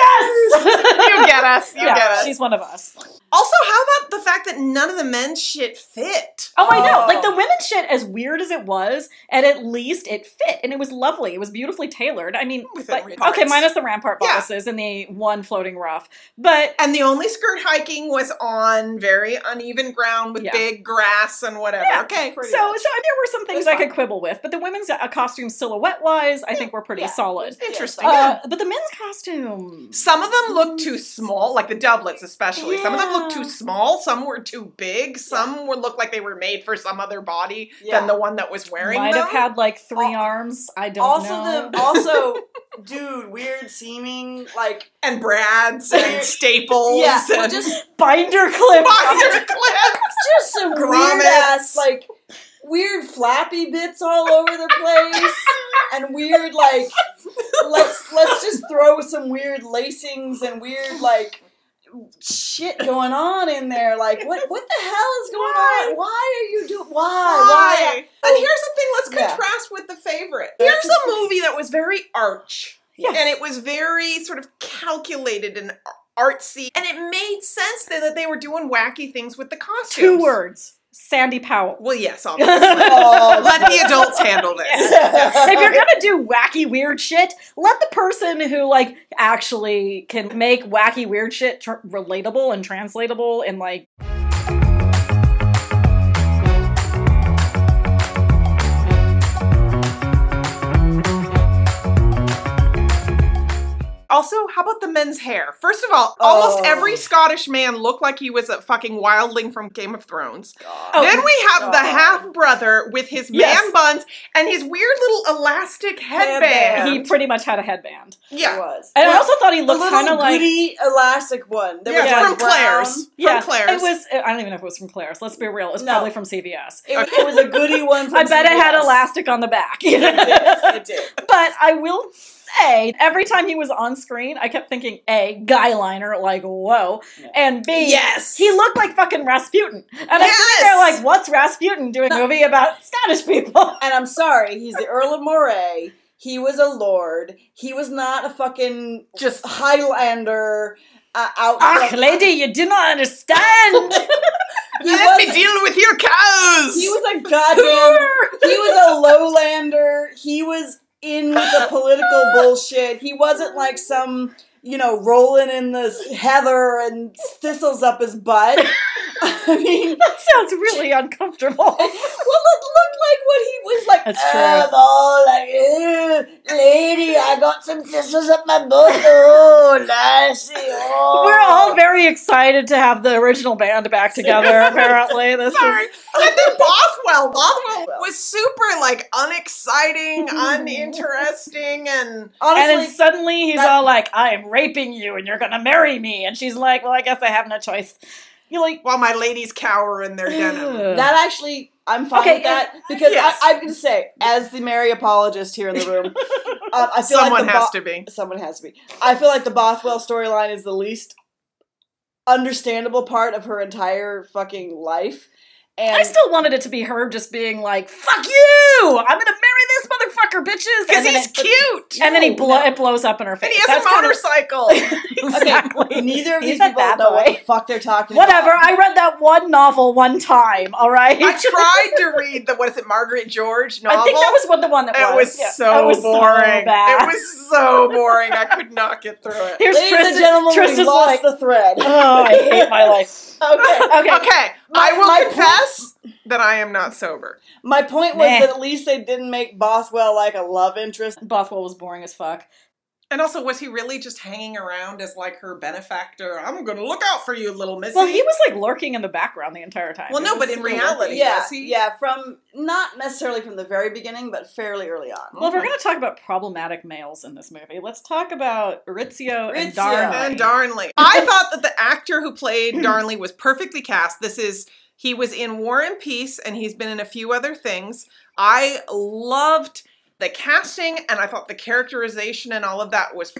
S3: "Yes,
S2: you get us. You
S3: yeah,
S2: get us.
S3: she's one of us."
S2: Also, how about the fact that none of the men's shit fit?
S3: Oh, I know.
S1: Oh.
S3: Like the women's shit, as weird as it was, and at least it fit, and it was lovely. It was beautifully tailored. I mean,
S2: With the
S3: but,
S2: ramparts.
S3: okay, minus the rampart
S2: Yeah.
S3: bodices and the one floating ruff, but
S2: And the only skirt hiking was on very uneven ground with
S3: Yeah.
S2: big grass and whatever.
S3: Yeah.
S2: Okay.
S3: so
S1: Pretty
S3: so there
S1: much.
S3: were some things
S1: was
S3: I
S1: fine.
S3: could quibble with, but the women's uh, costume silhouette wise, I think were pretty
S1: Yeah.
S3: solid.
S1: Yeah,
S2: Interesting.
S1: so-
S3: Uh, but the men's costume,
S2: Some of them looked too small, like the doublets especially. Some of them looked
S3: Yeah.
S2: too small, some were too big, some were looked like they were made for some other body
S1: Yeah.
S2: than the one that was wearing
S3: might
S2: them.
S3: have had like three
S1: Al-
S3: arms. I don't
S1: also,
S3: know.
S1: the also, dude, weird seeming like
S2: and brads and staples
S1: yeah, well,
S2: and
S1: just
S3: binder clip.
S2: boxer clips.
S1: just some weird
S2: Grommets.
S1: ass like weird flappy bits all over the place and weird like let's let's just throw some weird lacings and weird like shit going on in there like what what the hell is going on why are you doing why why
S2: And here's the thing, let's
S1: Yeah.
S2: contrast with the favorite. Here's a movie that was very arch.
S3: Yes.
S2: And it was very sort of calculated and artsy. And it made sense then that they were doing wacky things with the costumes.
S3: Two words: Sandy Powell.
S2: Well, yes, obviously.
S1: Oh,
S2: Let the adults handle this.
S3: if you're gonna do wacky weird shit, let the person who like actually can make wacky weird shit tr- relatable and translatable and like
S2: Also, how about the men's hair? First of all, almost
S1: Oh.
S2: every Scottish man looked like he was a fucking wildling from Game of Thrones.
S1: God.
S3: Oh,
S2: then we have the
S1: God.
S2: half brother with his man
S3: Yes.
S2: buns and his weird little elastic headband.
S3: He pretty much had a headband.
S1: It
S2: yeah.
S1: was.
S3: And I
S2: Well,
S3: also thought he
S1: The
S3: looked kind
S1: little
S3: of like
S1: goody elastic one. That
S2: yeah,
S1: was
S3: Yeah.
S1: like
S2: from
S1: brown.
S2: Claire's. From
S3: yeah,
S2: Claire's.
S3: It was I don't even know if it was from Claire's. Let's be real. It's
S1: No.
S3: probably from CVS.
S1: It, was- it was a goody one. From
S3: I bet it had
S1: CVS.
S3: elastic on the back.
S1: It did. It did.
S3: but I will say, every time he was on screen, I kept thinking A, guy liner, like whoa.
S1: Yeah.
S3: And B
S2: Yes.
S3: he looked like fucking Rasputin. And I'm
S2: Yes.
S3: sitting there like, what's Rasputin doing a movie about Scottish people?
S1: And I'm sorry, he's the Earl of Moray. He was a lord. He was not a fucking
S2: just
S1: Highlander uh, out.
S3: Ah, lady, you do not understand.
S1: he
S2: let me
S1: was.
S2: deal with your cows.
S1: He was a goddamn. he was a lowlander. He was in with the political bullshit. He wasn't like some. You know, rolling in the heather and thistles up his butt. I mean,
S3: that sounds really uncomfortable.
S1: well, it looked like what he was like.
S3: That's
S1: "Um, oh, like, ew, lady, I got some thistles up my butt. Oh, nasty. Oh.
S3: We're all very excited to have the original band back together. Apparently, this
S2: Sorry.
S3: is
S2: And then Bothwell. Bothwell was super like unexciting, uninteresting, and
S1: honestly.
S3: and then suddenly he's
S1: that-
S3: all like, "I am raping you, and you're gonna marry me," and she's like, "Well, I guess I have no choice." You're like,
S2: while my ladies cower in their denim.
S3: Ugh.
S1: that actually, I'm fine
S3: Okay,
S1: with that because
S2: yes.
S1: I, I'm going to say, as the Mary apologist here in the room, uh, I feel
S2: Someone
S1: like the
S2: has
S1: Bo-
S2: to be.
S1: someone has to be. I feel like the Bothwell storyline is the least understandable part of her entire fucking life. And
S3: I still wanted it to be her just being like, "Fuck you! I'm gonna marry this motherfucker, bitches!"
S2: Because
S3: And then
S2: he's
S3: it-
S2: cute.
S3: And then he
S1: No,
S3: blow,
S1: no.
S3: it blows up in her face.
S2: And he has
S3: That's
S2: a
S3: kind of-
S2: motorcycle.
S1: Okay,
S3: exactly.
S1: neither of
S3: He's
S1: these
S3: a
S1: people know
S3: bad
S1: what the
S3: boy.
S1: fuck they're talking
S3: Whatever.
S1: about.
S3: I read that one novel one time. All right.
S2: I tried to read the what is it, Margaret George novel.
S3: I think that was what the one that
S2: It
S3: was.
S2: was
S3: Yeah.
S2: so
S3: That was
S2: boring.
S3: bad.
S2: it was so boring. I could not get through it.
S3: Here's
S1: Ladies
S3: Tristan.
S1: and gentlemen,
S3: Tristan's
S1: we lost
S3: like,
S1: the thread.
S3: oh, I hate my life.
S1: okay.
S3: Okay.
S2: Okay, I will
S1: my
S2: confess that I am not sober.
S1: My point was
S3: Meh.
S1: that at least they didn't make Bothwell like a love interest.
S3: Bothwell was boring as fuck.
S2: And also, was he really just hanging around as like her benefactor? I'm going to look out for you, little missy.
S3: Well, he was like lurking in the background the entire time.
S2: Well,
S3: He
S2: no,
S3: was
S2: but in
S3: super
S2: reality-
S3: lurking.
S1: Yeah,
S2: was he?
S1: yeah, from not necessarily from the very beginning, but fairly early on.
S3: Well, if we're going to talk about problematic males in this movie, let's talk about Rizzio, and
S1: Rizzio.
S3: Darnley.
S2: and Darnley. I thought that the actor who played Darnley was perfectly cast. This is he was in War and Peace and he's been in a few other things. I loved the casting and I thought the characterization and all of that was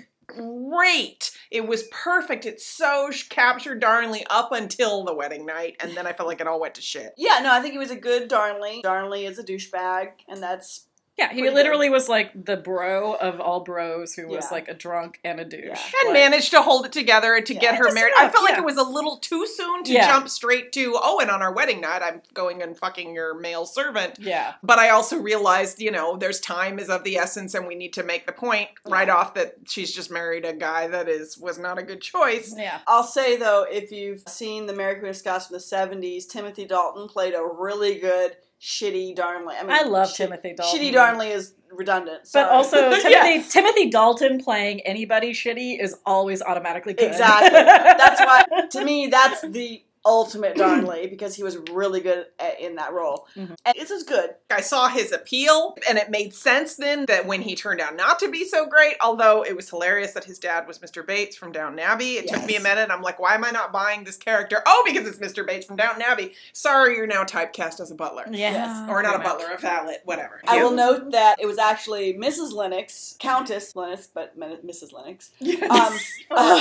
S2: great. It was perfect. It so sh- captured Darnley up until the wedding night and then I felt like it all went to shit.
S1: Yeah, no, I think he was a good Darnley. Darnley is a douchebag, and that's
S3: Yeah, he
S1: Pretty
S3: literally was like the bro of all bros who was
S1: Yeah.
S3: like a drunk and a douche.
S1: Yeah.
S2: And
S3: Like,
S2: managed to hold it together and to
S1: Yeah,
S2: get her
S3: just
S2: married. I
S3: enough,
S2: felt like
S3: yeah.
S2: it was a little too soon to
S3: Yeah.
S2: jump straight to, oh, and on our wedding night, I'm going and fucking your male servant.
S3: Yeah.
S2: But I also realized, you know, there's time is of the essence, and we need to make the point right off that she's just married a guy that is was not a good choice.
S3: Yeah.
S1: I'll say though, if you've seen the Mary Queen of Scots from the seventies, Timothy Dalton played a really good shitty Darnley. I mean,
S3: I love
S1: shit-
S3: Timothy Dalton.
S1: Shitty Darnley is redundant.
S3: But
S1: sorry.
S3: also, Timothy,
S2: Yes.
S3: Timothy Dalton playing anybody shitty is always automatically good.
S1: Exactly. That's why, to me, that's the ultimate Darnley because he was really good at, in that role.
S3: Mhm.
S1: And this is good.
S2: I saw his appeal, and it made sense then that when he turned out not to be so great, although it was hilarious that his dad was Mr. Bates from Downton Abbey. It took me a
S1: Yes.
S2: minute. I'm like, why am I not buying this character? Oh, because it's Mr. Bates from Downton Abbey. Sorry, you're now typecast as a butler.
S3: Yes.
S2: Or not a
S3: Pretty much.
S2: butler, a valet, whatever.
S1: I
S2: Yeah.
S1: will note that it was actually Mrs. Lennox, Countess Lennox, but men- Mrs. Lennox, um,
S2: For all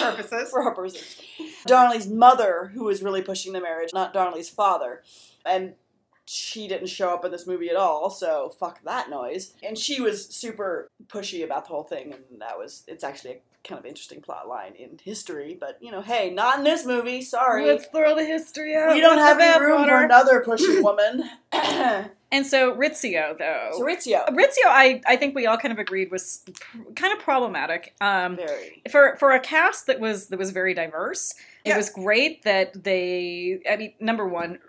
S2: purposes.
S1: for her person. Darnley's mother, who was really pushing the marriage, not Darnley's father. And she didn't show up in this movie at all, so fuck that noise. And she was super pushy about the whole thing, and that was, it's actually a kind of interesting plot line in history, but you know, hey, not in this movie, sorry.
S3: Let's throw the history out.
S1: we don't
S3: with the
S1: have any
S3: bath
S1: room for
S3: water.
S1: another pushy woman.
S3: And so Rizzio, though.
S1: Rizzio.
S3: Rizzio, I, I think we all kind of agreed was pr- kind of problematic. Um,
S1: Very.
S3: for for a cast that was that was very diverse,
S2: Yeah.
S3: it was great that they. I mean, number one,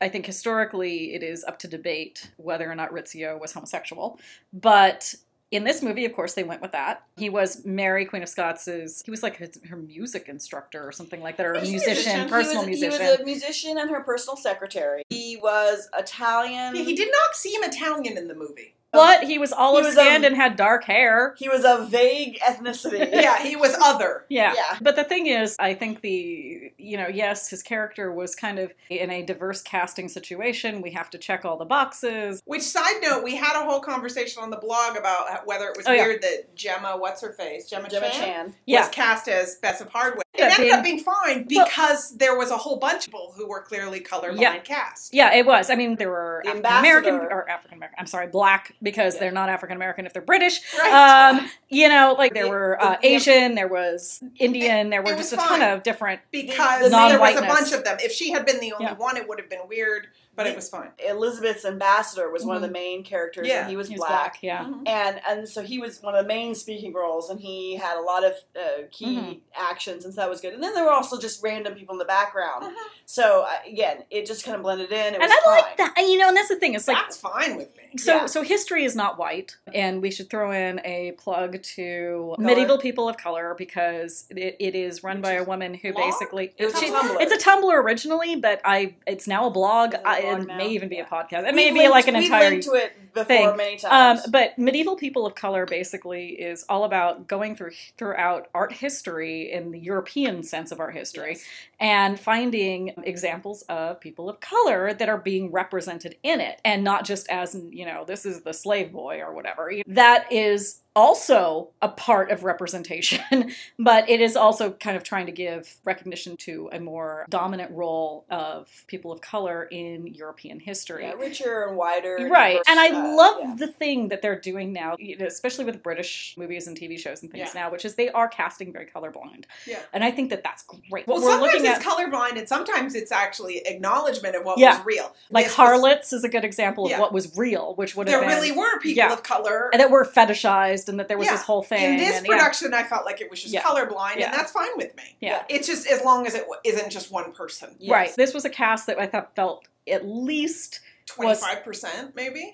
S3: I think historically it is up to debate whether or not Rizzio was homosexual, but In this movie, of course, they went with that. He was Mary, Queen of Scots's. He was like his, her music instructor or something like that, or a
S1: He's a
S3: musician,
S2: musician. He
S3: personal
S1: he was,
S3: musician.
S1: He was a musician and her personal secretary. He was Italian.
S2: Yeah, he did not seem Italian in the movie.
S3: but he was olive
S1: was a-
S3: skinned and had dark hair.
S1: He was of vague ethnicity.
S2: Yeah, he was other.
S3: Yeah.
S1: Yeah.
S3: But the thing is, I think the, you know, yes, his character was kind of in a diverse casting situation. We have to check all the boxes.
S2: Which side note, we had a whole conversation on the blog about uh, whether it was
S3: Oh, yeah.
S2: weird that Gemma, what's her face, Gemma,
S1: Gemma
S2: Chan,
S1: Chan.
S3: Yeah.
S2: was cast as Bess of Hardwick. It
S3: Yeah,
S2: ended
S3: being-
S2: up being fine because there was a whole bunch of people who were clearly colorblind
S3: Yeah.
S2: cast.
S3: Yeah, it was. I mean, there were
S1: The
S3: African American
S1: ambassador.
S3: or African American. I'm sorry, black because
S1: Yeah.
S3: they're not African American if they're British.
S2: Right.
S3: Um, you know, like there
S2: The-
S3: were
S2: the-
S3: uh,
S2: the-
S3: Asian, there was Indian, there were
S2: it
S3: just a
S2: was
S3: ton
S2: fine.
S3: of different.
S2: because
S1: the
S2: there was a
S3: non-whiteness.
S2: bunch of them. If she had been the only
S3: Yeah.
S2: one, it would have been weird, but
S1: The-
S2: it was fine.
S1: Elizabeth's ambassador was one of the main characters,
S2: Yeah.
S1: and he was,
S3: Mm-hmm. He was
S1: black.
S3: black, yeah.
S2: Mm-hmm.
S1: And and so he was one of the main speaking roles, and he had a lot of uh, key
S3: Mhm.
S1: actions, and so that was good. And then there were also just random people in the background.
S2: Mhm.
S1: So uh, again, it just kind of blended in. It
S3: Uh-huh. And
S1: was
S3: I
S1: fine.
S3: like that. And, you know, and that's the thing. It's like
S2: That's fine with me.
S3: so
S1: Yeah.
S3: so history is not white and we should throw in a plug to
S1: Color.
S3: medieval people of color because it, it is run by a woman who
S2: Blog?
S3: basically
S1: It's
S2: a
S3: she-
S1: Tumblr.
S3: it's a tumblr originally but i it's now a blog,
S1: It's a
S3: I,
S1: blog
S3: it
S1: now,
S3: may even be
S1: yeah.
S3: a podcast it
S1: We've
S3: may be
S1: linked-
S3: like an
S1: we've
S3: entire
S1: linked to it before
S3: thing.
S1: many times.
S3: um, but medieval people of color basically is all about going through throughout art history in the European sense of art history
S1: Yes.
S3: and finding examples of people of color that are being represented in it and not just as you know this is the slave boy or whatever that is also a part of representation but it is also kind of trying to give recognition to a more dominant role of people of color in european history
S1: Yeah, richer and wider. and
S3: right
S1: diverse,
S3: and i
S1: uh,
S3: love
S1: yeah.
S3: the thing that they're doing now you know, especially with british movies and tv shows and things now which is they are casting very colorblind
S2: Yeah.
S3: and i think that that's great
S2: Well,
S3: what we're
S2: sometimes
S3: looking at
S2: it's colorblind, and sometimes it's actually acknowledgement of what
S3: Yeah.
S2: was real.
S3: like
S2: This was-
S3: harlots is a good example of
S2: Yeah.
S3: what was real which would have
S2: there
S3: been
S2: really were people
S3: yeah.
S2: of color.
S3: and that were fetishized and that there was
S2: Yeah.
S3: this whole thing
S2: in this
S3: and, yeah.
S2: production, I felt like it was just
S3: Yeah.
S2: colorblind,
S3: Yeah.
S2: and that's fine with me.
S3: yeah.
S2: It's just as long as it w- isn't just one person.
S1: Yes.
S3: right this was a cast that i thought felt at least Was-
S2: 25% maybe?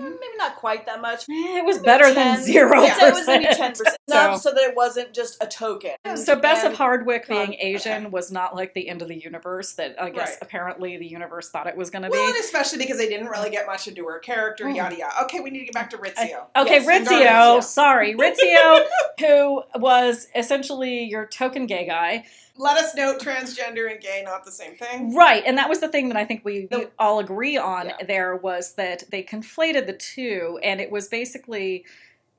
S1: Mm, Maybe not quite that much.
S3: eh, it was better than
S1: 10.
S3: zero
S1: Yeah, it was maybe ten
S3: percent.
S1: percent.
S3: So-
S1: Enough so that it wasn't just a token.
S3: So Bess of
S1: And-
S3: Hardwick
S1: God,
S3: being Asian was not like the end of the universe that I guess
S2: Right.
S3: apparently the universe thought it was going to
S2: Well,
S3: be.
S2: and especially because they didn't really get much into her character,
S1: Oh.
S3: Mm.
S2: yada yada. Okay, we need to get back to Rizzio.
S3: Okay,
S1: Yes, and
S3: Rizzio,
S1: Rizzio.
S3: sorry, Rizzio, who was essentially your token gay guy,
S2: Let us know transgender and gay, not the same thing.
S3: right? And that was the thing that I think we
S1: The-
S3: all agree on.
S1: Yeah.
S3: There was that they conflated the two, and it was basically,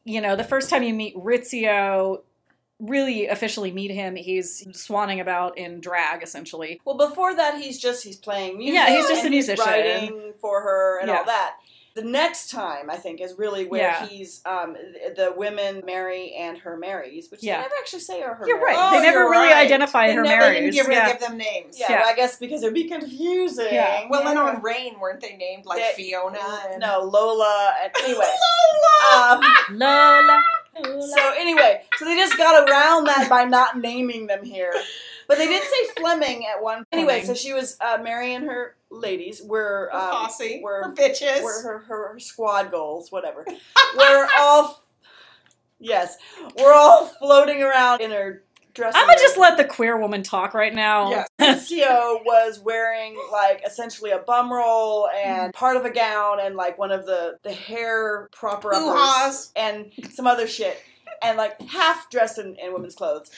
S3: you know, the first time you meet Rizzio, really officially meet him, he's swanning about in drag, essentially,
S1: Well, before that, he's just he's playing music.
S3: Yeah, he's just
S1: and
S3: a musician.
S1: writing for her and
S3: Yeah.
S1: all that. The next time I think is really where
S3: Yeah.
S1: he's um, th- the women Mary and her Marys, which
S3: Yeah.
S1: they never actually say are her.
S3: You're right.
S1: Marys.
S2: Oh,
S3: they never
S2: you're
S3: really
S2: right.
S3: identify
S2: They
S3: her
S2: never- they didn't
S3: marriage.
S2: give,
S3: yeah.
S2: give them names.
S1: Oh, Yeah,
S3: Yeah.
S1: well, I guess because it'd be confusing.
S3: Yeah.
S2: Well, and
S1: Yeah.
S2: on Rain, weren't they named like
S1: They-
S2: Fiona? And-
S1: no Lola. And, anyway,
S2: Lola!
S1: um,
S3: Lola.
S1: So anyway, so they just got around that by not naming them here. But they did say Fleming at one. Anyway, so she was uh, Mary and her ladies were
S2: Her
S1: um,
S2: posse.
S1: were-
S2: Her bitches.
S1: were her, her, her squad goals, whatever. We're all yes, we're all floating around in her dressing.
S3: I'm gonna just let the queer woman talk right now.
S2: Yeah.
S1: Lucio was wearing like essentially a bum roll and part of a gown and like one of the the hair proper uppers
S2: Hoo-has.
S1: and some other shit and like half dressed in, in women's clothes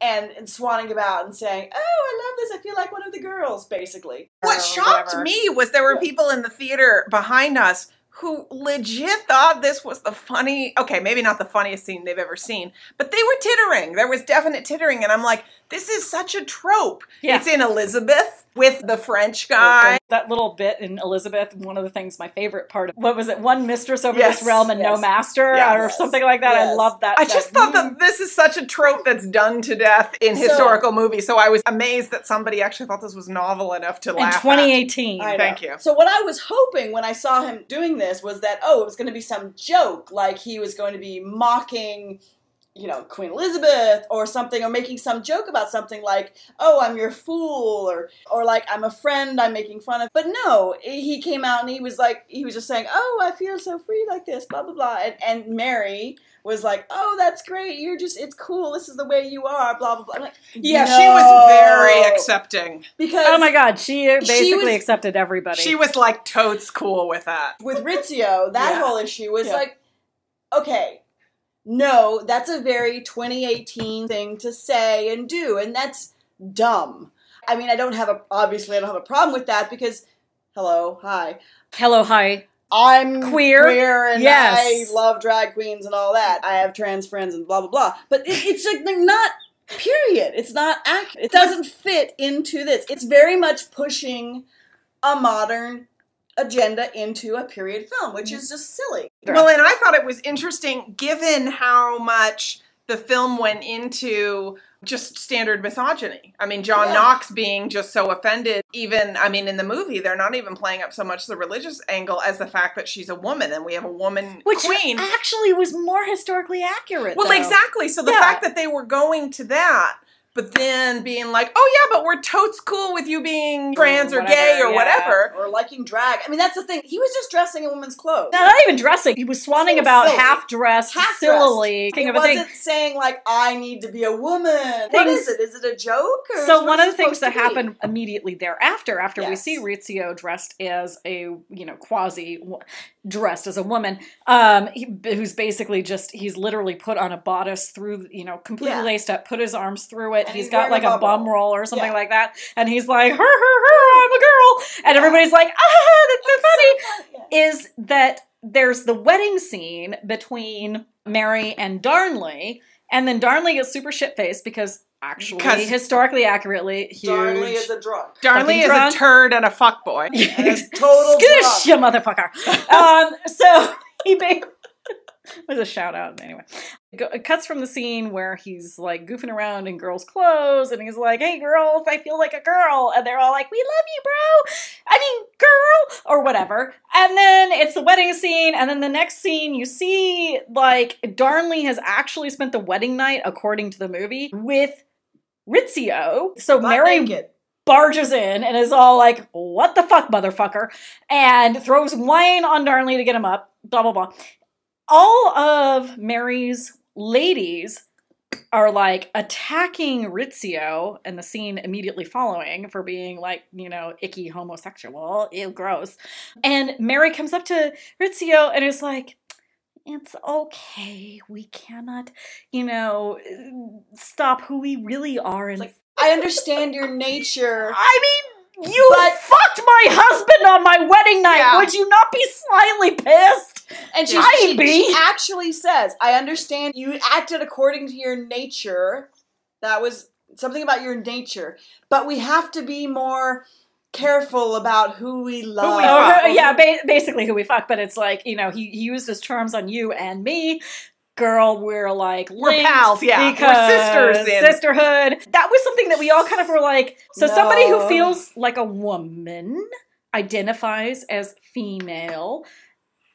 S1: and, and swanning about and saying, "Oh, I love this! I feel like one of the girls." Basically, Um,
S2: What
S3: or
S2: shocked
S3: whatever.
S2: me was there were people in the theater behind us who legit thought this was the funny okay maybe not the funniest scene they've ever seen but they were tittering there was definite tittering and i'm like this is such a trope
S3: Yeah.
S2: it's in elizabeth with the french guy
S3: Oh, That little bit in Elizabeth, one of the things, my favorite part of what was it? One mistress over
S2: Yes,
S3: this realm and no
S1: yes,
S3: master
S2: yes,
S3: or something like that. I
S1: yes.
S3: love that. Mm.
S2: i just thought that this is such a trope that's done to death in
S1: So-
S2: historical movies so i was amazed that somebody actually thought this was novel enough to
S3: in
S2: laugh at.
S3: 2018.
S1: I know.
S2: thank you.
S1: So what I was hoping when I saw him doing this was that oh, it was going to be some joke, like he was going to be mocking you know, Queen Elizabeth or something, or making some joke about something like, oh, I'm your fool, or, or like, I'm a friend I'm making fun of. But no, he came out and he was like, he was just saying, oh, I feel so free like this, blah, blah, blah. And, and Mary was like, oh, that's great. You're just, it's cool. This is the way you are, blah, blah, blah. I'm like,
S2: Yeah, she was very
S1: no.
S2: accepting.
S1: Because
S3: Oh my god, she basically
S1: was-
S3: accepted everybody.
S2: She was like totes cool with that.
S1: with Rizzio, that
S2: Yeah.
S1: whole issue was
S2: Yeah.
S1: like, okay, no, that's a very 2018 thing to say and do, and that's dumb. I mean, I don't have a obviously I don't have a problem with that because hello, hi,
S3: Hello, hi.
S1: I'm
S3: Queer.
S1: and
S3: Yes.
S1: I love drag queens and all that. I have trans friends and blah blah blah. But it, it's like they're not. Period. It's not accurate. It doesn't fit into this. It's very much pushing a modern agenda into a period film, which is just silly.
S2: Well, and I thought it was interesting given how much the film went into just standard misogyny. I mean, John
S1: Yeah.
S2: Knox being just so offended, even, I mean, in the movie, they're not even playing up so much the religious angle as the fact that she's a woman and we have a woman
S3: Which
S2: queen.
S3: actually was more historically accurate.
S2: Well,
S3: though.
S2: exactly. So the
S3: Yeah.
S2: fact that they were going to that, but then being like, oh, yeah, but we're totes cool with you being trans or gay
S3: whatever,
S2: or
S3: yeah.
S2: whatever.
S1: Or liking drag. I mean, that's the thing. He was just dressing in women's clothes.
S3: No, not even dressing. He was swanning
S1: So
S3: about
S1: silly.
S3: half dressed,
S1: Half-dressed.
S3: sillily, king
S1: He
S3: of a thing.
S1: wasn't saying like I need to be a woman. What
S3: Things-
S1: is it? Is it a joke? Or
S3: So
S1: what
S3: one
S1: is
S3: of the
S1: it
S3: things that
S1: supposed to be?
S3: happened immediately thereafter, after we
S1: Yes.
S3: see Rizzio dressed as a you know quasi wo- dressed as a woman, um, he, who's basically just he's literally put on a bodice through you know completely
S1: Yeah.
S3: laced up, put his arms through it.
S1: And
S3: he's
S1: he's
S3: got like
S1: wearing a
S3: a bum
S1: bubble.
S3: roll or something
S1: Yeah.
S3: like that, and he's like her her her I'm a girl, and
S1: Yeah.
S3: everybody's like ah that's so funny
S1: Yeah.
S3: is that there's the wedding scene between Mary and Darnley, and then Darnley gets super shit faced because actually,
S2: 'Cause-
S3: historically accurately, huge.
S1: Darnley is a drunk.
S2: Darnley is
S3: drunk.
S2: a turd and a fuckboy.
S1: And it's total drunk.
S3: Skoosh, you motherfucker. um, so he ba- was a shout out anyway. Go- It cuts from the scene where he's like goofing around in girls' clothes, and he's like, "Hey, girls, I feel like a girl," and they're all like, "We love you, bro." I mean, girl or whatever. And then it's the wedding scene, and then the next scene you see like Darnley has actually spent the wedding night, according to the movie, with Rizzio. So
S1: Butt
S3: Mary
S1: naked.
S3: barges in and is all like, "What the fuck, motherfucker?" and throws wine on Darnley to get him up. Blah blah blah. All of Mary's ladies are like attacking Rizzio in the scene immediately following for being like, you know, icky homosexual, ew, gross. And Mary comes up to Rizzio and is like, it's okay. We cannot, you know, stop who we really are and
S1: It's like, I understand your nature.
S3: I mean, you
S1: But-
S3: fucked my husband on my wedding night.
S2: Yeah.
S3: Would you not be slightly pissed?
S1: And she,
S3: I
S1: she,
S3: be.
S1: she actually says, I understand you acted according to your nature. That was something about your nature. But we have to be more careful about who we love.
S2: we fuck.
S3: Or, Oh, yeah, ba- basically who we fuck, but it's like, you know, he, he used his terms on you and me. Girl, we're like
S2: We're
S3: linked
S2: pals, yeah. We're
S3: because
S2: sisters in-
S3: sisterhood. That was something that we all kind of were like. So somebody who
S1: No.
S3: feels like a woman identifies as female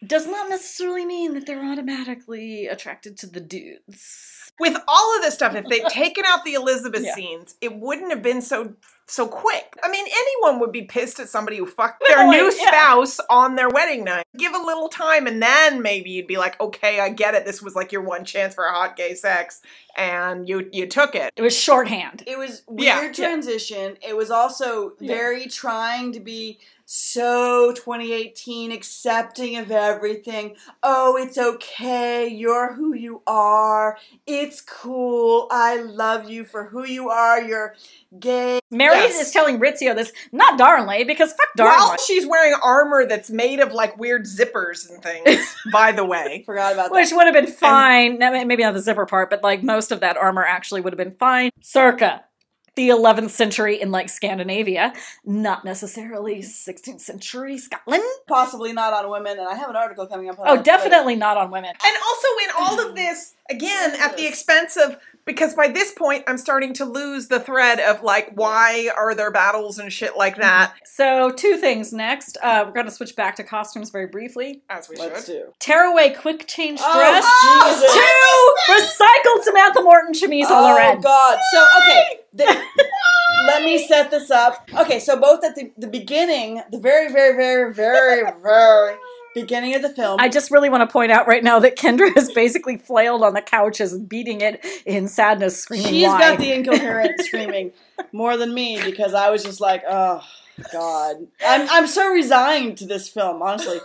S3: does not necessarily mean that they're automatically attracted to the dudes.
S2: with all of this stuff, if they'd taken out the Elizabeth
S3: Yeah.
S2: scenes, it wouldn't have been so so quick. I mean, anyone would be pissed at somebody who fucked
S3: Well,
S2: their new
S3: like, yeah.
S2: spouse on their wedding night. Give a little time, and then maybe you'd be like, "Okay, I get it. This was like your one chance for a hot gay sex, and you you took it."
S3: It was shorthand.
S1: It was weird
S2: Yeah, yeah.
S1: transition. It was also
S3: Yeah.
S1: very trying to be so 2018 accepting of everything. Oh, it's okay. You're who you are. It's cool. I love you for who you are. You're gay.
S3: Mary
S2: Yes.
S3: is telling Rizzio this, not Darnley, because fuck Darnley.
S2: While she's wearing armor that's made of like weird zippers and things, by the way.
S1: Forgot about that.
S3: which would have been fine. No, Maybe not the zipper part, but like most of that armor actually would have been fine. Circa the 11th century in like Scandinavia, not necessarily 16th century Scotland.
S1: Possibly not on women, and I have an article coming up. on
S3: Oh,
S1: that, but-
S3: definitely not on women.
S2: And also in all of this, again, at the expense of because by this point I'm starting to lose the thread of like why are there battles and shit like that.
S3: So, two things next. Uh, we're going to switch back to costumes very briefly.
S2: As we
S1: Let's do.
S3: Tearaway quick change
S1: Oh,
S3: dress.
S1: Jesus.
S3: Two recycled Samantha Morton chemise all
S1: oh
S3: around.
S1: God! So okay, the- let me set this up. Okay, so both at the, the beginning, the very, very, very, very, very beginning of the film,
S3: I just really want to point out right now that Kendra has basically flailed on the couch as beating it in sadness, screaming
S1: she's
S3: why.
S1: got the incoherent screaming more than me because I was just like, oh God, I'm I'm so resigned to this film, honestly.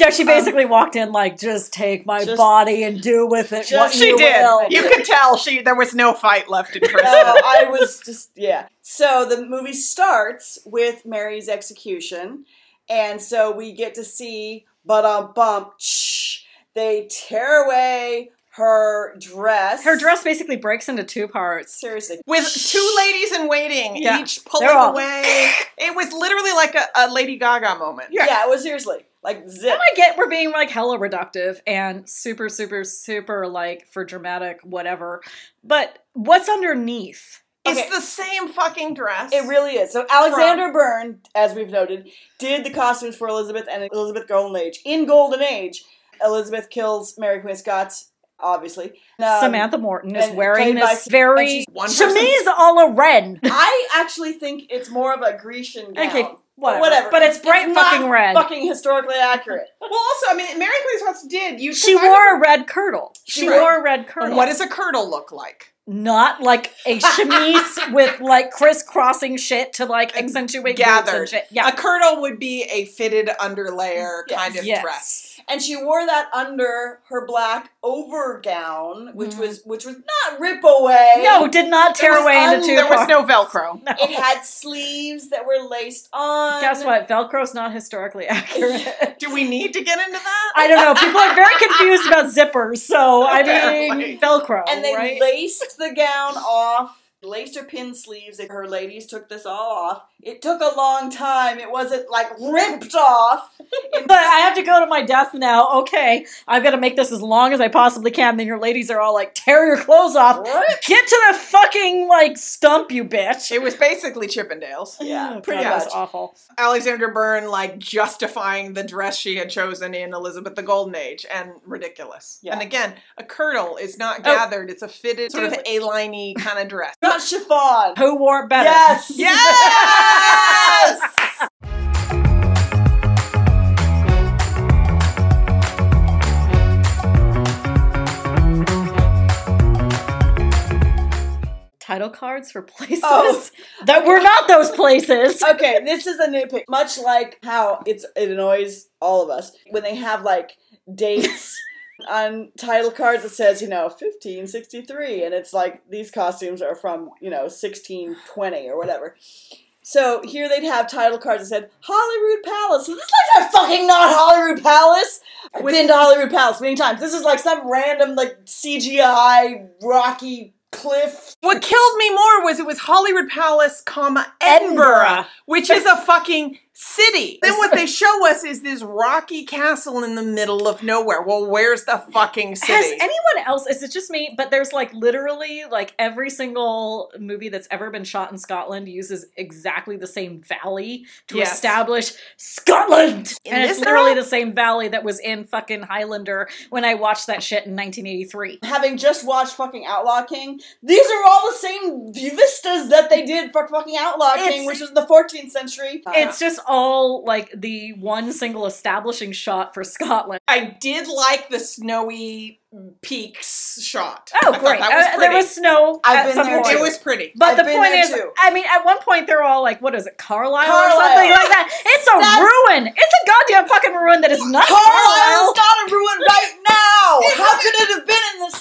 S3: no, she basically walked in like, just take my
S1: um, Just-
S3: body and do with it
S1: Just-
S3: what
S2: She
S3: you
S2: did.
S3: will.
S2: You could tell she there was no fight left in Kristen.
S1: no, I was just yeah. So the movie starts with Mary's execution, and so we get to see but um bump. shh, They tear away her dress.
S3: Her dress basically breaks into two parts.
S1: seriously
S2: With two ladies in waiting,
S3: Yeah.
S2: each pulling
S3: They're all-
S2: away. It was literally like a, a Lady Gaga moment.
S1: Yeah. it was seriously like zip.
S3: I get we're being like hella reductive and super, super, super like for dramatic whatever. But what's underneath?
S1: Okay.
S2: It's the same fucking dress.
S1: It really is. So Alexander Byrne, as we've noted, did the costumes for Elizabeth and Elizabeth Golden Age. In Golden Age, Elizabeth kills Mary Queen of Scots, obviously. Um,
S3: Samantha Morton is
S1: and
S3: wearing
S1: played by-
S3: this
S1: and
S3: very
S1: she's
S2: one person.
S3: chemise all a red.
S1: I actually think it's more of a Grecian gown.
S3: Okay,
S1: But
S3: whatever. But it's bright
S1: not
S3: fucking red.
S1: Fucking historically accurate.
S2: Well, also, I mean, Mary Queen of Scots did you.
S3: She wore a red girdle. She
S2: Right.
S3: wore a red girdle.
S2: What does a curdle look like?
S3: not like a chemise with like crisscrossing shit to like accentuate gathered.
S2: Gathered.
S3: and shit?
S2: A
S3: Yeah.
S2: curdle would be a fitted underlayer
S1: Yes.
S2: kind of
S3: Yes.
S2: dress.
S1: And she wore that under her black overgown, which
S3: Mhm.
S1: was which was not rip away.
S3: No, did not tear
S1: was
S3: away into
S1: un-
S3: two
S2: There was
S3: parts.
S2: no Velcro.
S1: It had sleeves that were laced on.
S3: Guess what? Velcro's not historically accurate.
S2: Do we need to get into that?
S3: I don't know. People are very confused about zippers, so I
S2: Apparently.
S3: mean Velcro.
S1: And they
S3: right?
S1: laced the gown off, laced her pin sleeves. and Her ladies took this all off. It took a long time. It wasn't like ripped off.
S3: but I have to go to my death now. Okay, I've got to make this as long as I possibly can. Then your ladies are all like, "Tear your clothes off!
S1: What?
S3: Get to the fucking like stump, you bitch!"
S2: It was basically Chippendales.
S1: Yeah,
S3: Oh,
S1: pretty
S3: God, that was
S1: much.
S3: awful.
S2: Alexander Byrne, like, justifying the dress she had chosen in Elizabeth the Golden Age and ridiculous.
S1: Yeah.
S2: And again, a curdle is not gathered, it's a fitted, sort of
S3: Dude.
S2: a liney kind of dress.
S1: Not chiffon.
S3: Who wore it better?
S1: Yes.
S2: Yes!
S3: Title cards for places
S1: Oh.
S3: that were not those places.
S1: okay, this is a nitpick. Much like how it's it annoys all of us when they have like dates on title cards that says, you know, 1563 and it's like these costumes are from, you know, 1620 or whatever. So here they'd have title cards that said Holyrood Palace. This is like fucking not Holyrood Palace. I've been to Holyrood Palace many times. This is like some random like CGI rocky cliff.
S2: What killed me more was it was Hollywood Palace, comma Edinburgh,
S3: Edinburgh.
S2: which is a fucking city. Then what they show us is this rocky castle in the middle of nowhere. Well, where's the fucking city?
S3: Has anyone else? Is it just me? But there's like literally like every single movie that's ever been shot in Scotland uses exactly the same valley to
S2: Yes.
S3: establish Scotland,
S2: In
S3: and it's
S2: this
S3: literally
S2: era?
S3: the same valley that was in fucking Highlander when I watched that shit in 1983.
S1: having just watched fucking Outlaw King, these are all the same vistas that they did for fucking Outlaw
S3: It's-
S1: King, which was the 14th century.
S2: Uh.
S3: It's just all like the one single establishing shot for Scotland.
S2: I did like the snowy peaks shot. I
S3: Oh,
S2: thought
S3: great!
S2: That was
S3: Uh,
S2: pretty.
S3: there was snow
S1: I've
S3: at
S1: been
S3: some
S1: there
S3: point.
S1: too.
S2: it was pretty.
S3: But
S1: I've
S3: the
S1: been
S3: point
S1: there
S3: is,
S1: too.
S3: I mean, at one point they're all like, "What is it, Carlisle,
S1: Carlisle.
S3: or something like that?" It's a
S1: That's-
S3: ruin. It's a goddamn fucking ruin that is not
S1: Carlisle's
S3: Carlisle.
S1: got a ruin right now! How could it have been in the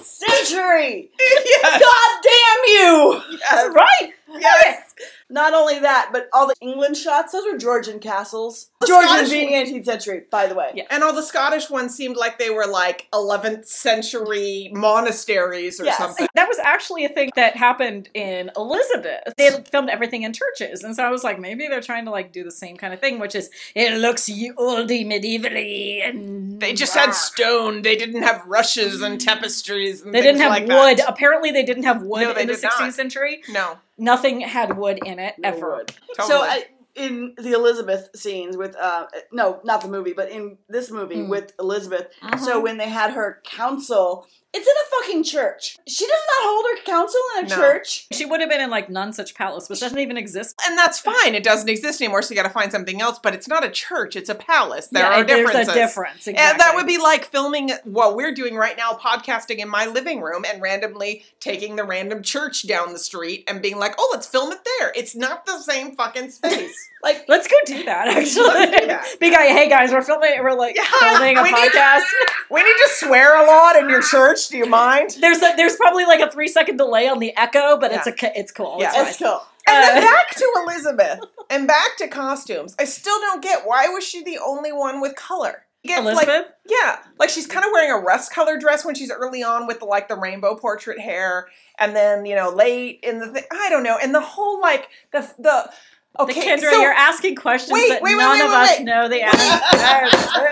S1: 16th century?
S2: yes.
S1: God damn you!
S2: yes.
S3: Right?
S2: yes.
S1: Not not only that, but all the England shots, those were Georgian castles.
S2: The
S1: Georgian
S2: Scottish-
S1: being 18th century, by the way.
S3: Yeah.
S2: And all the Scottish ones seemed like they were like 11th century monasteries or
S1: Yes.
S2: something.
S3: That was actually a thing that happened in Elizabeth. They filmed everything in churches, and so I was like, maybe they're trying to like do the same kind of thing, which is it looks ye oldy medievally, and
S2: They just had stone. They didn't have rushes and tapestries. And
S3: Mm. they didn't
S2: things
S3: have
S2: like
S3: wood.
S2: That.
S3: Apparently, they didn't have wood
S2: No, they
S3: in the
S2: did not.
S3: 16th century.
S2: No,
S3: Nothing had wood in it
S1: No
S3: ever.
S1: wood.
S2: totally.
S1: So
S3: uh,
S1: I, in the Elizabeth scenes with, uh, no, not the movie, but in this movie
S3: Mm.
S1: with Elizabeth,
S3: Uh-huh.
S1: so when they had her council, it's in a fucking church. She does not hold her council in a
S2: No.
S1: church.
S3: She would have been in like none such palace, which doesn't even exist.
S2: and that's fine. It doesn't exist anymore, so you got to find something else. But it's not a church; it's a palace. There
S3: Yeah,
S2: are differences.
S3: There's a difference. Exactly.
S2: And that would be like filming what we're doing right now, podcasting in my living room, and randomly taking the random church down the street and being like, "Oh, let's film it there." It's not the same fucking space.
S1: Like,
S3: Let's go do that. Actually,
S2: Let's do that.
S3: be like, hey guys, we're filming. We're like
S2: Yeah,
S3: filming a
S2: we need-
S3: podcast.
S2: we need to swear a lot in your church. Do you mind?
S3: There's a, there's probably like a three second delay on the echo, but it's a it's cool.
S2: Yeah.
S3: It's
S1: let's
S3: fine.
S1: go.
S2: And
S3: Uh,
S2: then back to Elizabeth and back to costumes. I still don't get why was she the only one with color? It gets,
S3: Elizabeth,
S2: Like, yeah, like she's kind of wearing a rust colored dress when she's early on with like the rainbow portrait hair, and then you know late in the thing. I don't know, and the whole like the the
S3: the
S2: okay.
S3: Kendra,
S2: so,
S3: you're asking questions
S2: Wait,
S3: that
S2: wait, wait,
S3: none
S2: wait,
S3: of
S2: wait,
S3: us
S2: wait.
S3: know the answer.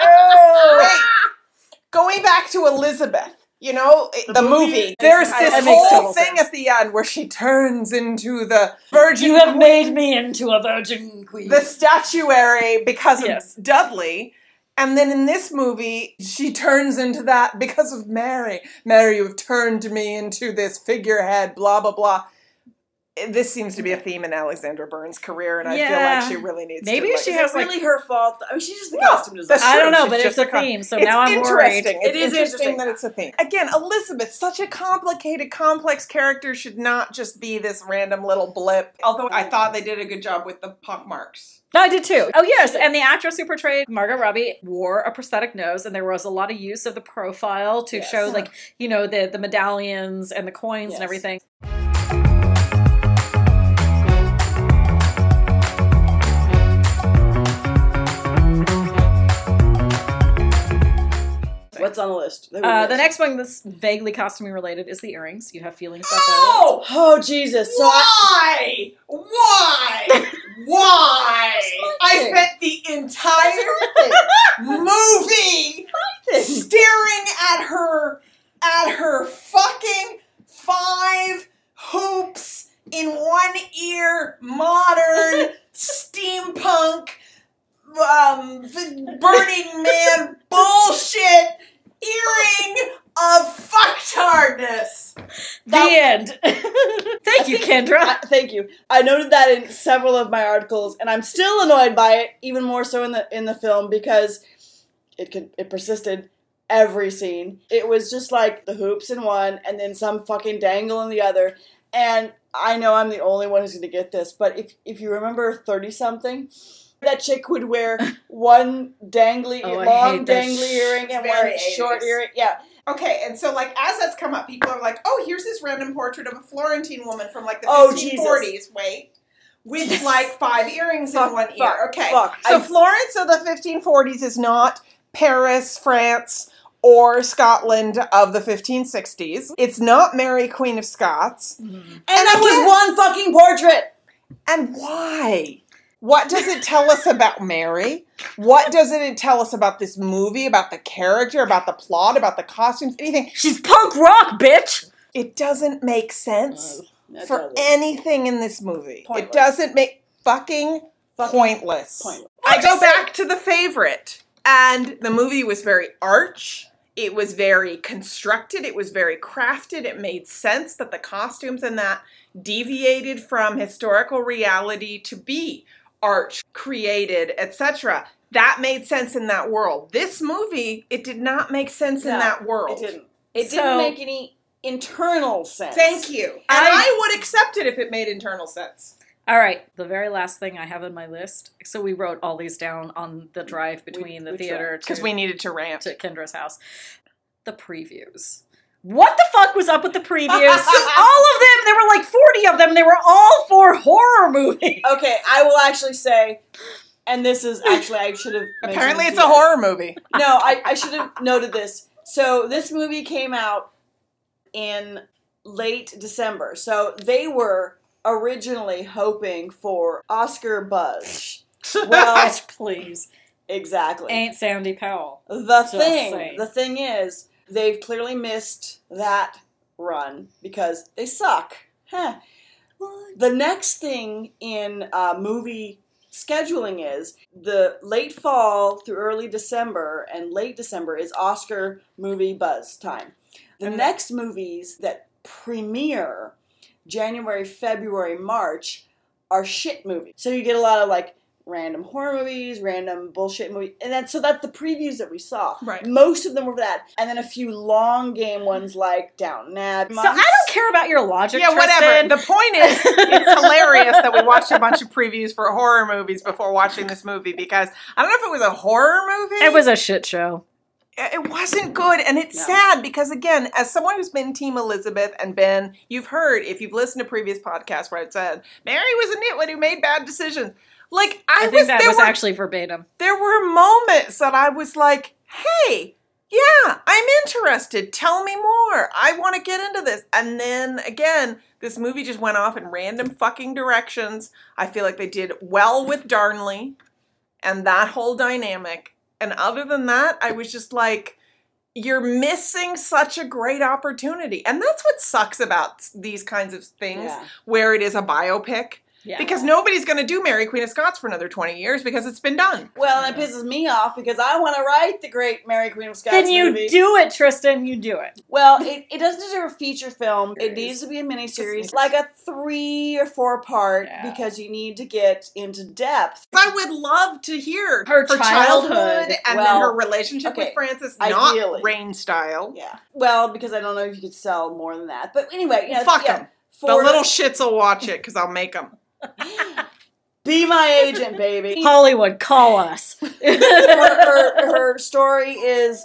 S2: wait, going back to Elizabeth. You know it-
S1: The
S2: the, movie.
S1: movie is-
S2: There's
S1: I-
S2: this
S3: that makes
S2: whole
S3: total
S2: thing
S3: sense.
S2: at the end where she turns into the Virgin
S3: you have made me into a virgin queen.
S2: the statuary because of
S3: Yes.
S2: Dudley. And then in this movie, she turns into that because of Mary. Mary, you have turned me into this figurehead, blah, blah, blah. Eh, This seems to be a theme in Alexander Burns' career, and I
S3: Yeah.
S2: feel like she really needs
S3: Maybe
S2: to.
S3: she
S1: Is
S2: like,
S3: has-
S1: it really her fault? I mean, she's just the
S2: No,
S1: costume designer.
S2: that's
S3: I don't
S2: true,
S3: know,
S2: she's
S3: but
S2: just
S3: it's a
S2: a con-
S3: theme, so
S2: it's
S3: now I'm worried.
S2: interesting. It's
S1: It is
S2: interesting
S1: interesting.
S2: that it's a theme. Again, Elizabeth, such a complicated, complex character, should not just be this random little blip. Although I thought they did a good job with the pockmarks.
S3: No, I did too. Oh yes, and the actress who portrayed Margot Robbie wore a prosthetic nose, and there was a lot of use of the profile to
S1: Yes.
S3: show, like you know, the the medallions and the coins
S1: Yes.
S3: and everything.
S1: What's on the list? There we
S3: Uh,
S1: go.
S3: the next one that's vaguely costuming related is the earrings. You have feelings about those.
S2: Oh!
S1: Oh Jesus! So I,
S2: Why? Why? Why? I spent the entire movie staring at her, at her fucking five hoops in one ear, modern steampunk, um, Burning Man bullshit earring of fucktardness.
S3: The end. Thank you, Kendra.
S1: I- thank you. I noted that in several of my articles, and I'm still annoyed by it, even more so in the in the film because it could it persisted every scene. It was just like the hoops in one, and then some fucking dangle in the other. And I know I'm the only one who's going to get this, but if if you remember thirty something. That chick would wear one dangly,
S3: Oh, I
S1: long
S3: hate that
S1: dangly
S3: sh-
S1: earring and
S2: very
S1: one short
S2: 80s.
S1: earring. Yeah,
S2: Okay, and so like as that's come up, people are like, "Oh, here's this random portrait of a Florentine woman from like the
S1: Oh,
S2: 1540s." Wait, with like five earrings
S1: Fuck,
S2: in one ear.
S1: fuck,
S2: okay,
S1: fuck.
S2: so
S1: I-
S2: Florence of the 1540s is not Paris, France, or Scotland of the 1560s. It's not Mary, Queen of Scots.
S1: and that
S2: again-
S1: was one fucking portrait.
S2: And why? What does it tell us about Mary? What does it tell us about this movie, about the character, about the plot, about the costumes, anything?
S3: She's punk rock, bitch.
S2: It doesn't make sense
S1: That's
S2: for
S1: horrible.
S2: anything in this movie. It
S1: Pointless.
S2: doesn't make fucking, pointless.
S1: Pointless.
S2: I go back to the favorite, and the movie was very arch. It was very constructed. It was very crafted. It made sense that the costumes and that deviated from historical reality to be arch, created, etc. That made sense in that world. This movie, it did not make sense in
S1: No,
S2: that
S1: It
S2: world.
S1: didn't. It
S3: So-
S1: didn't make any internal sense.
S2: Thank you. And I,
S3: I-
S2: would accept it if it made internal sense.
S3: All right, the very last thing I have on my list. So we wrote all these down on the drive between the
S1: we
S3: theater
S2: Because
S3: to-
S2: we needed to rant.
S3: to Kendra's house. The previews. what the fuck was up with the previews? all of them, there were like 40 of them, they were all for horror movies. Oh,
S1: Okay, I will actually say, and this is actually I should have. mentioned
S2: Apparently,
S1: this
S2: it's
S1: to
S2: a
S1: you.
S2: horror movie.
S1: No, I, I should have noted this. So this movie came out in late December. So they were originally hoping for Oscar buzz. Well,
S3: Gosh, please.
S1: exactly.
S3: Ain't Sandy Powell.
S1: The
S3: Just
S1: thing,
S3: saying.
S1: the thing is, they've clearly missed that run because they suck. Huh. The next thing in uh, movie scheduling is the late fall through early December, and late December is Oscar movie buzz time. The
S2: And-
S1: next movies that premiere January, February, March are shit movies. So you get a lot of like random horror movies, random bullshit movies, and then so that's the previews that we saw.
S2: Right.
S1: Most of them were that, and then a few long game ones like Down Abbey.
S3: So I don't care about your logic.
S2: Yeah, whatever.
S3: Tristan.
S2: The point is, it's hilarious that we watched a bunch of previews for horror movies before watching this movie because I don't know if it was a horror movie.
S3: It was a shit show.
S2: It wasn't good, and it's
S1: No.
S2: sad because again, as someone who's been Team Elizabeth and Ben, you've heard if you've listened to previous podcasts where I said Mary was a nitwit who made bad decisions. Like I,
S3: I think
S2: was,
S3: that
S2: there
S3: was
S2: were
S3: actually verbatim.
S2: there were moments that I was like, hey, yeah, I'm interested. Tell me more. I want to get into this. And then again, this movie just went off in random fucking directions. I feel like they did well with Darnley and that whole dynamic. And other than that, I was just like, you're missing such a great opportunity. And that's what sucks about these kinds of things
S1: Yeah.
S2: where it is a biopic.
S3: Yeah.
S2: Because nobody's going to do Mary Queen of Scots for another 20 years because it's been done.
S1: Well, and it pisses me off because I want to write the great Mary Queen of Scots
S3: then you
S1: movie.
S3: do it, Tristan. You do it.
S1: Well, it, it doesn't deserve a feature film. It
S3: Series.
S1: needs to be a miniseries,
S2: Just-
S1: like a three or four part,
S3: Yeah.
S1: because you need to get into depth.
S2: I would love to hear
S3: Her childhood.
S2: and
S1: Well,
S2: then her relationship
S1: okay,
S2: with Francis,
S1: ideally.
S2: not Rain style.
S1: Yeah. Well, because I don't know if you could sell more than that. But anyway, yeah,
S2: Fuck
S1: yeah,
S2: them.
S1: For
S2: the little shits will watch it because I'll make them.
S1: Be my agent, baby. her,
S3: Hollywood, call us.
S1: her, her story is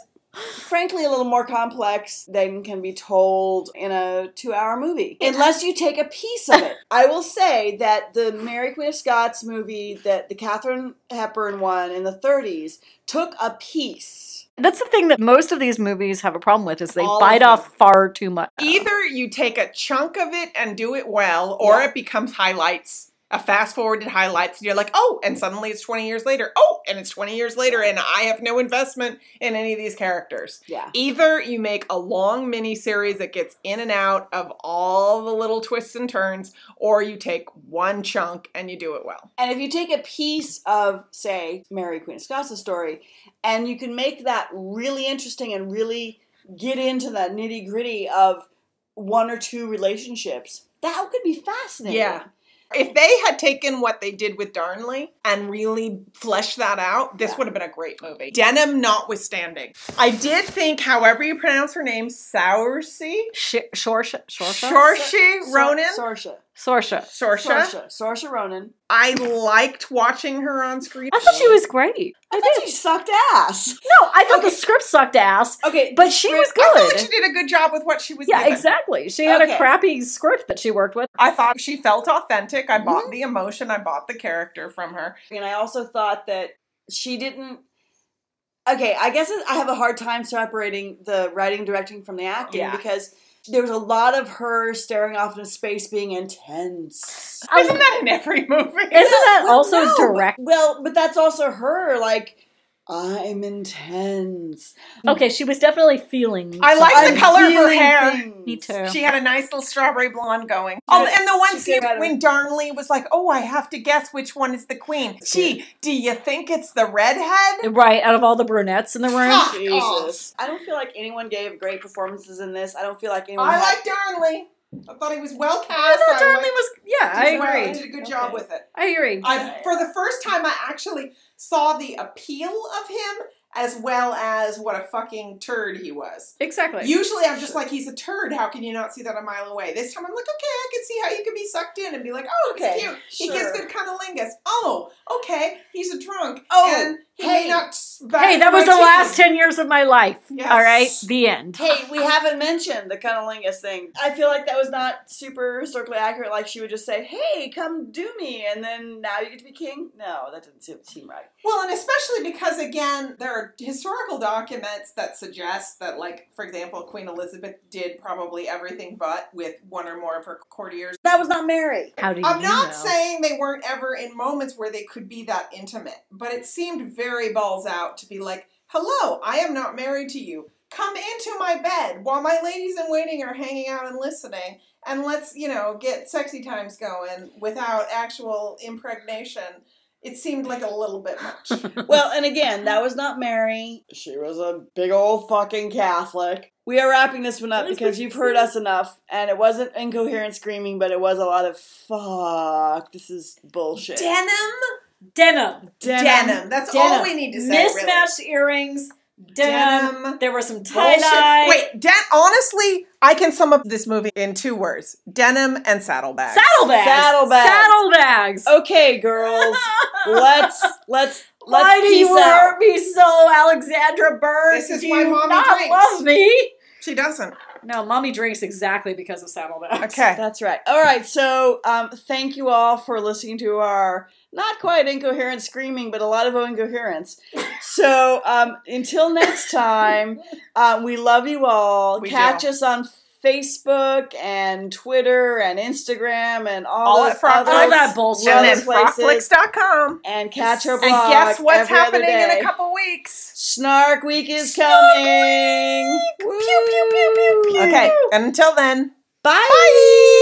S1: frankly a little more complex than can be told in a two hour movie unless you take a piece of it i will say that the mary queen of scots movie that the catherine hepburn one in the 30s took a piece
S3: That's the thing that most of these movies have a problem with is they
S1: All of
S3: bite
S1: them.
S3: off far too much.
S2: Either you take a chunk of it and do it well, or
S1: Yeah.
S2: it becomes highlights, a fast forwarded highlights, and you're like, oh, and suddenly it's 20 years later. Oh, and it's 20 years later, and I have no investment in any of these characters.
S1: yeah
S2: Either you make a long mini series that gets in and out of all the little twists and turns, or you take one chunk and you do it well.
S1: and if you take a piece of say mary queen of scots' story and you can make that really interesting and really get into the nitty gritty of one or two relationships that could be fascinating
S2: Yeah. If they had taken what they did with Darnley and really fleshed that out, this
S1: Yeah.
S2: would have been a great movie. Denim notwithstanding. I did think, however you pronounce her name, Sourcy,
S3: Sh- Shorsha? Shorsha?
S2: Shorshi Ronan,
S1: Sorsha.
S3: Sorsha.
S2: Sorsha.
S1: Sorsha. Sorsha Ronan.
S2: I liked watching her on screen.
S3: I thought she was great.
S1: I
S3: I
S1: thought
S3: did.
S1: she sucked ass.
S3: No, I thought
S1: Okay.
S3: the script sucked ass,
S1: Okay,
S3: but she was
S2: I felt like she
S3: good.
S2: did a good job with what she was
S3: Yeah,
S2: given.
S3: exactly. She had
S1: Okay.
S3: a crappy script that she worked with.
S2: I thought she felt authentic. I bought the emotion. I bought the character from her.
S1: and I also thought that she didn't. Okay, I guess I have a hard time separating the writing, directing from the acting
S2: Yeah.
S1: because there was a lot of her staring off into space, being intense.
S2: Isn't that in every movie?
S3: Isn't that
S1: Well,
S3: also
S1: no, but-
S3: direct?
S1: Well, but that's also her. Like, I'm intense.
S3: Okay, she was definitely feeling.
S2: I like
S1: I'm
S2: the color of her
S1: feeling
S2: hair.
S1: things.
S3: Me too.
S2: She had a nice little strawberry blonde going. Oh, and the one
S1: She
S2: scene
S1: did better.
S2: when Darnley was like, "Oh, I have to guess which one is the queen." Gee, do you think it's the redhead?
S3: Right, out of all the brunettes in the room.
S2: Fuck
S1: Jesus. I don't feel like anyone gave great performances in this. I don't feel like anyone.
S2: I
S1: had-
S2: like Darnley. I thought he was well cast.
S3: I thought
S2: I
S3: Darlene
S2: liked
S3: was. Yeah, I
S2: him well. He
S3: agree.
S2: did a good job
S1: Okay.
S2: with it.
S3: I agree.
S2: I, for the first time, I actually saw the appeal of him as well as what a fucking turd he was.
S3: Exactly.
S2: Usually, I'm just like, he's a turd. How can you not see that a mile away? This time, I'm like, okay, I can see how you could be sucked in and be like, oh, it's
S1: Okay,
S2: cute. He
S1: sure.
S2: gives good cunnilingus. Oh, okay, he's a drunk.
S1: Oh,
S2: and may
S1: Hey.
S2: not s-
S3: Hey,
S2: value
S3: that was
S2: my
S3: the
S2: team.
S3: last 10 years of my life.
S2: Yes.
S3: All right, the end.
S1: Hey, we haven't mentioned the cunnilingus thing. I feel like that was not super historically accurate. Like she would just say, "Hey, come do me," and then now you get to be king. No, that didn't seem- seem right.
S2: Well, and especially because again, there are historical documents that suggest that, like, for example, Queen Elizabeth did probably everything but with one or more of her courtiers.
S1: That was not Mary.
S3: How do you
S2: I'm not
S3: know?
S2: saying they weren't ever in moments where they could be that intimate, but it seemed very balls out to be like, "Hello, I am not married to you. Come into my bed while my ladies in waiting are hanging out and listening, and let's you know get sexy times going without actual impregnation." It seemed like a little bit much.
S1: well, and again, that was not Mary. She was a big old fucking Catholic. We are wrapping this one up
S3: That's
S1: because
S3: what
S1: you've
S3: she
S1: heard
S3: said.
S1: us enough, and it wasn't incoherent screaming, but it was a lot of fuck. This is bullshit.
S2: Denim.
S3: Denim,
S1: Denim.
S2: denim. That's all
S3: Denim.
S2: we need to say. really.
S3: mismatched earrings, denim.
S2: Denim.
S3: There were some tie
S2: Bullshit.
S3: dye.
S2: Wait, den- honestly, I can sum up this movie in two words: denim and saddlebags.
S3: saddlebags,
S1: Saddlebags. Oh,
S3: saddlebags.
S1: Okay, girls, let's let's let's
S3: Why do
S1: peace
S3: you
S1: out.
S3: hurt me so, Alexandra Bird?
S2: This is
S3: do
S2: why
S3: you
S2: mommy
S3: not
S2: drinks.
S3: love me?
S2: She doesn't.
S3: No, mommy drinks exactly because of saddlebags.
S2: Okay.
S1: That's right. All right. So, um, thank you all for listening to our not quite incoherent screaming, but a lot of incoherence. So, um, until next time, um, we love you all.
S2: We
S1: Catch
S2: do.
S1: us on Facebook and Twitter and Instagram and all,
S2: All
S1: those
S2: at Frog
S1: other
S3: All
S2: Flicks.
S3: that bullshit.
S1: Love
S2: And then
S1: those places.
S2: frogflix.com.
S1: and catch her blog.
S2: And guess what's
S1: every other
S2: happening in
S1: day.
S2: a couple weeks?
S1: Snark Week is
S2: Snark
S1: coming. Pew, pew, pew, pew,
S2: Okay. And until then.
S1: Bye.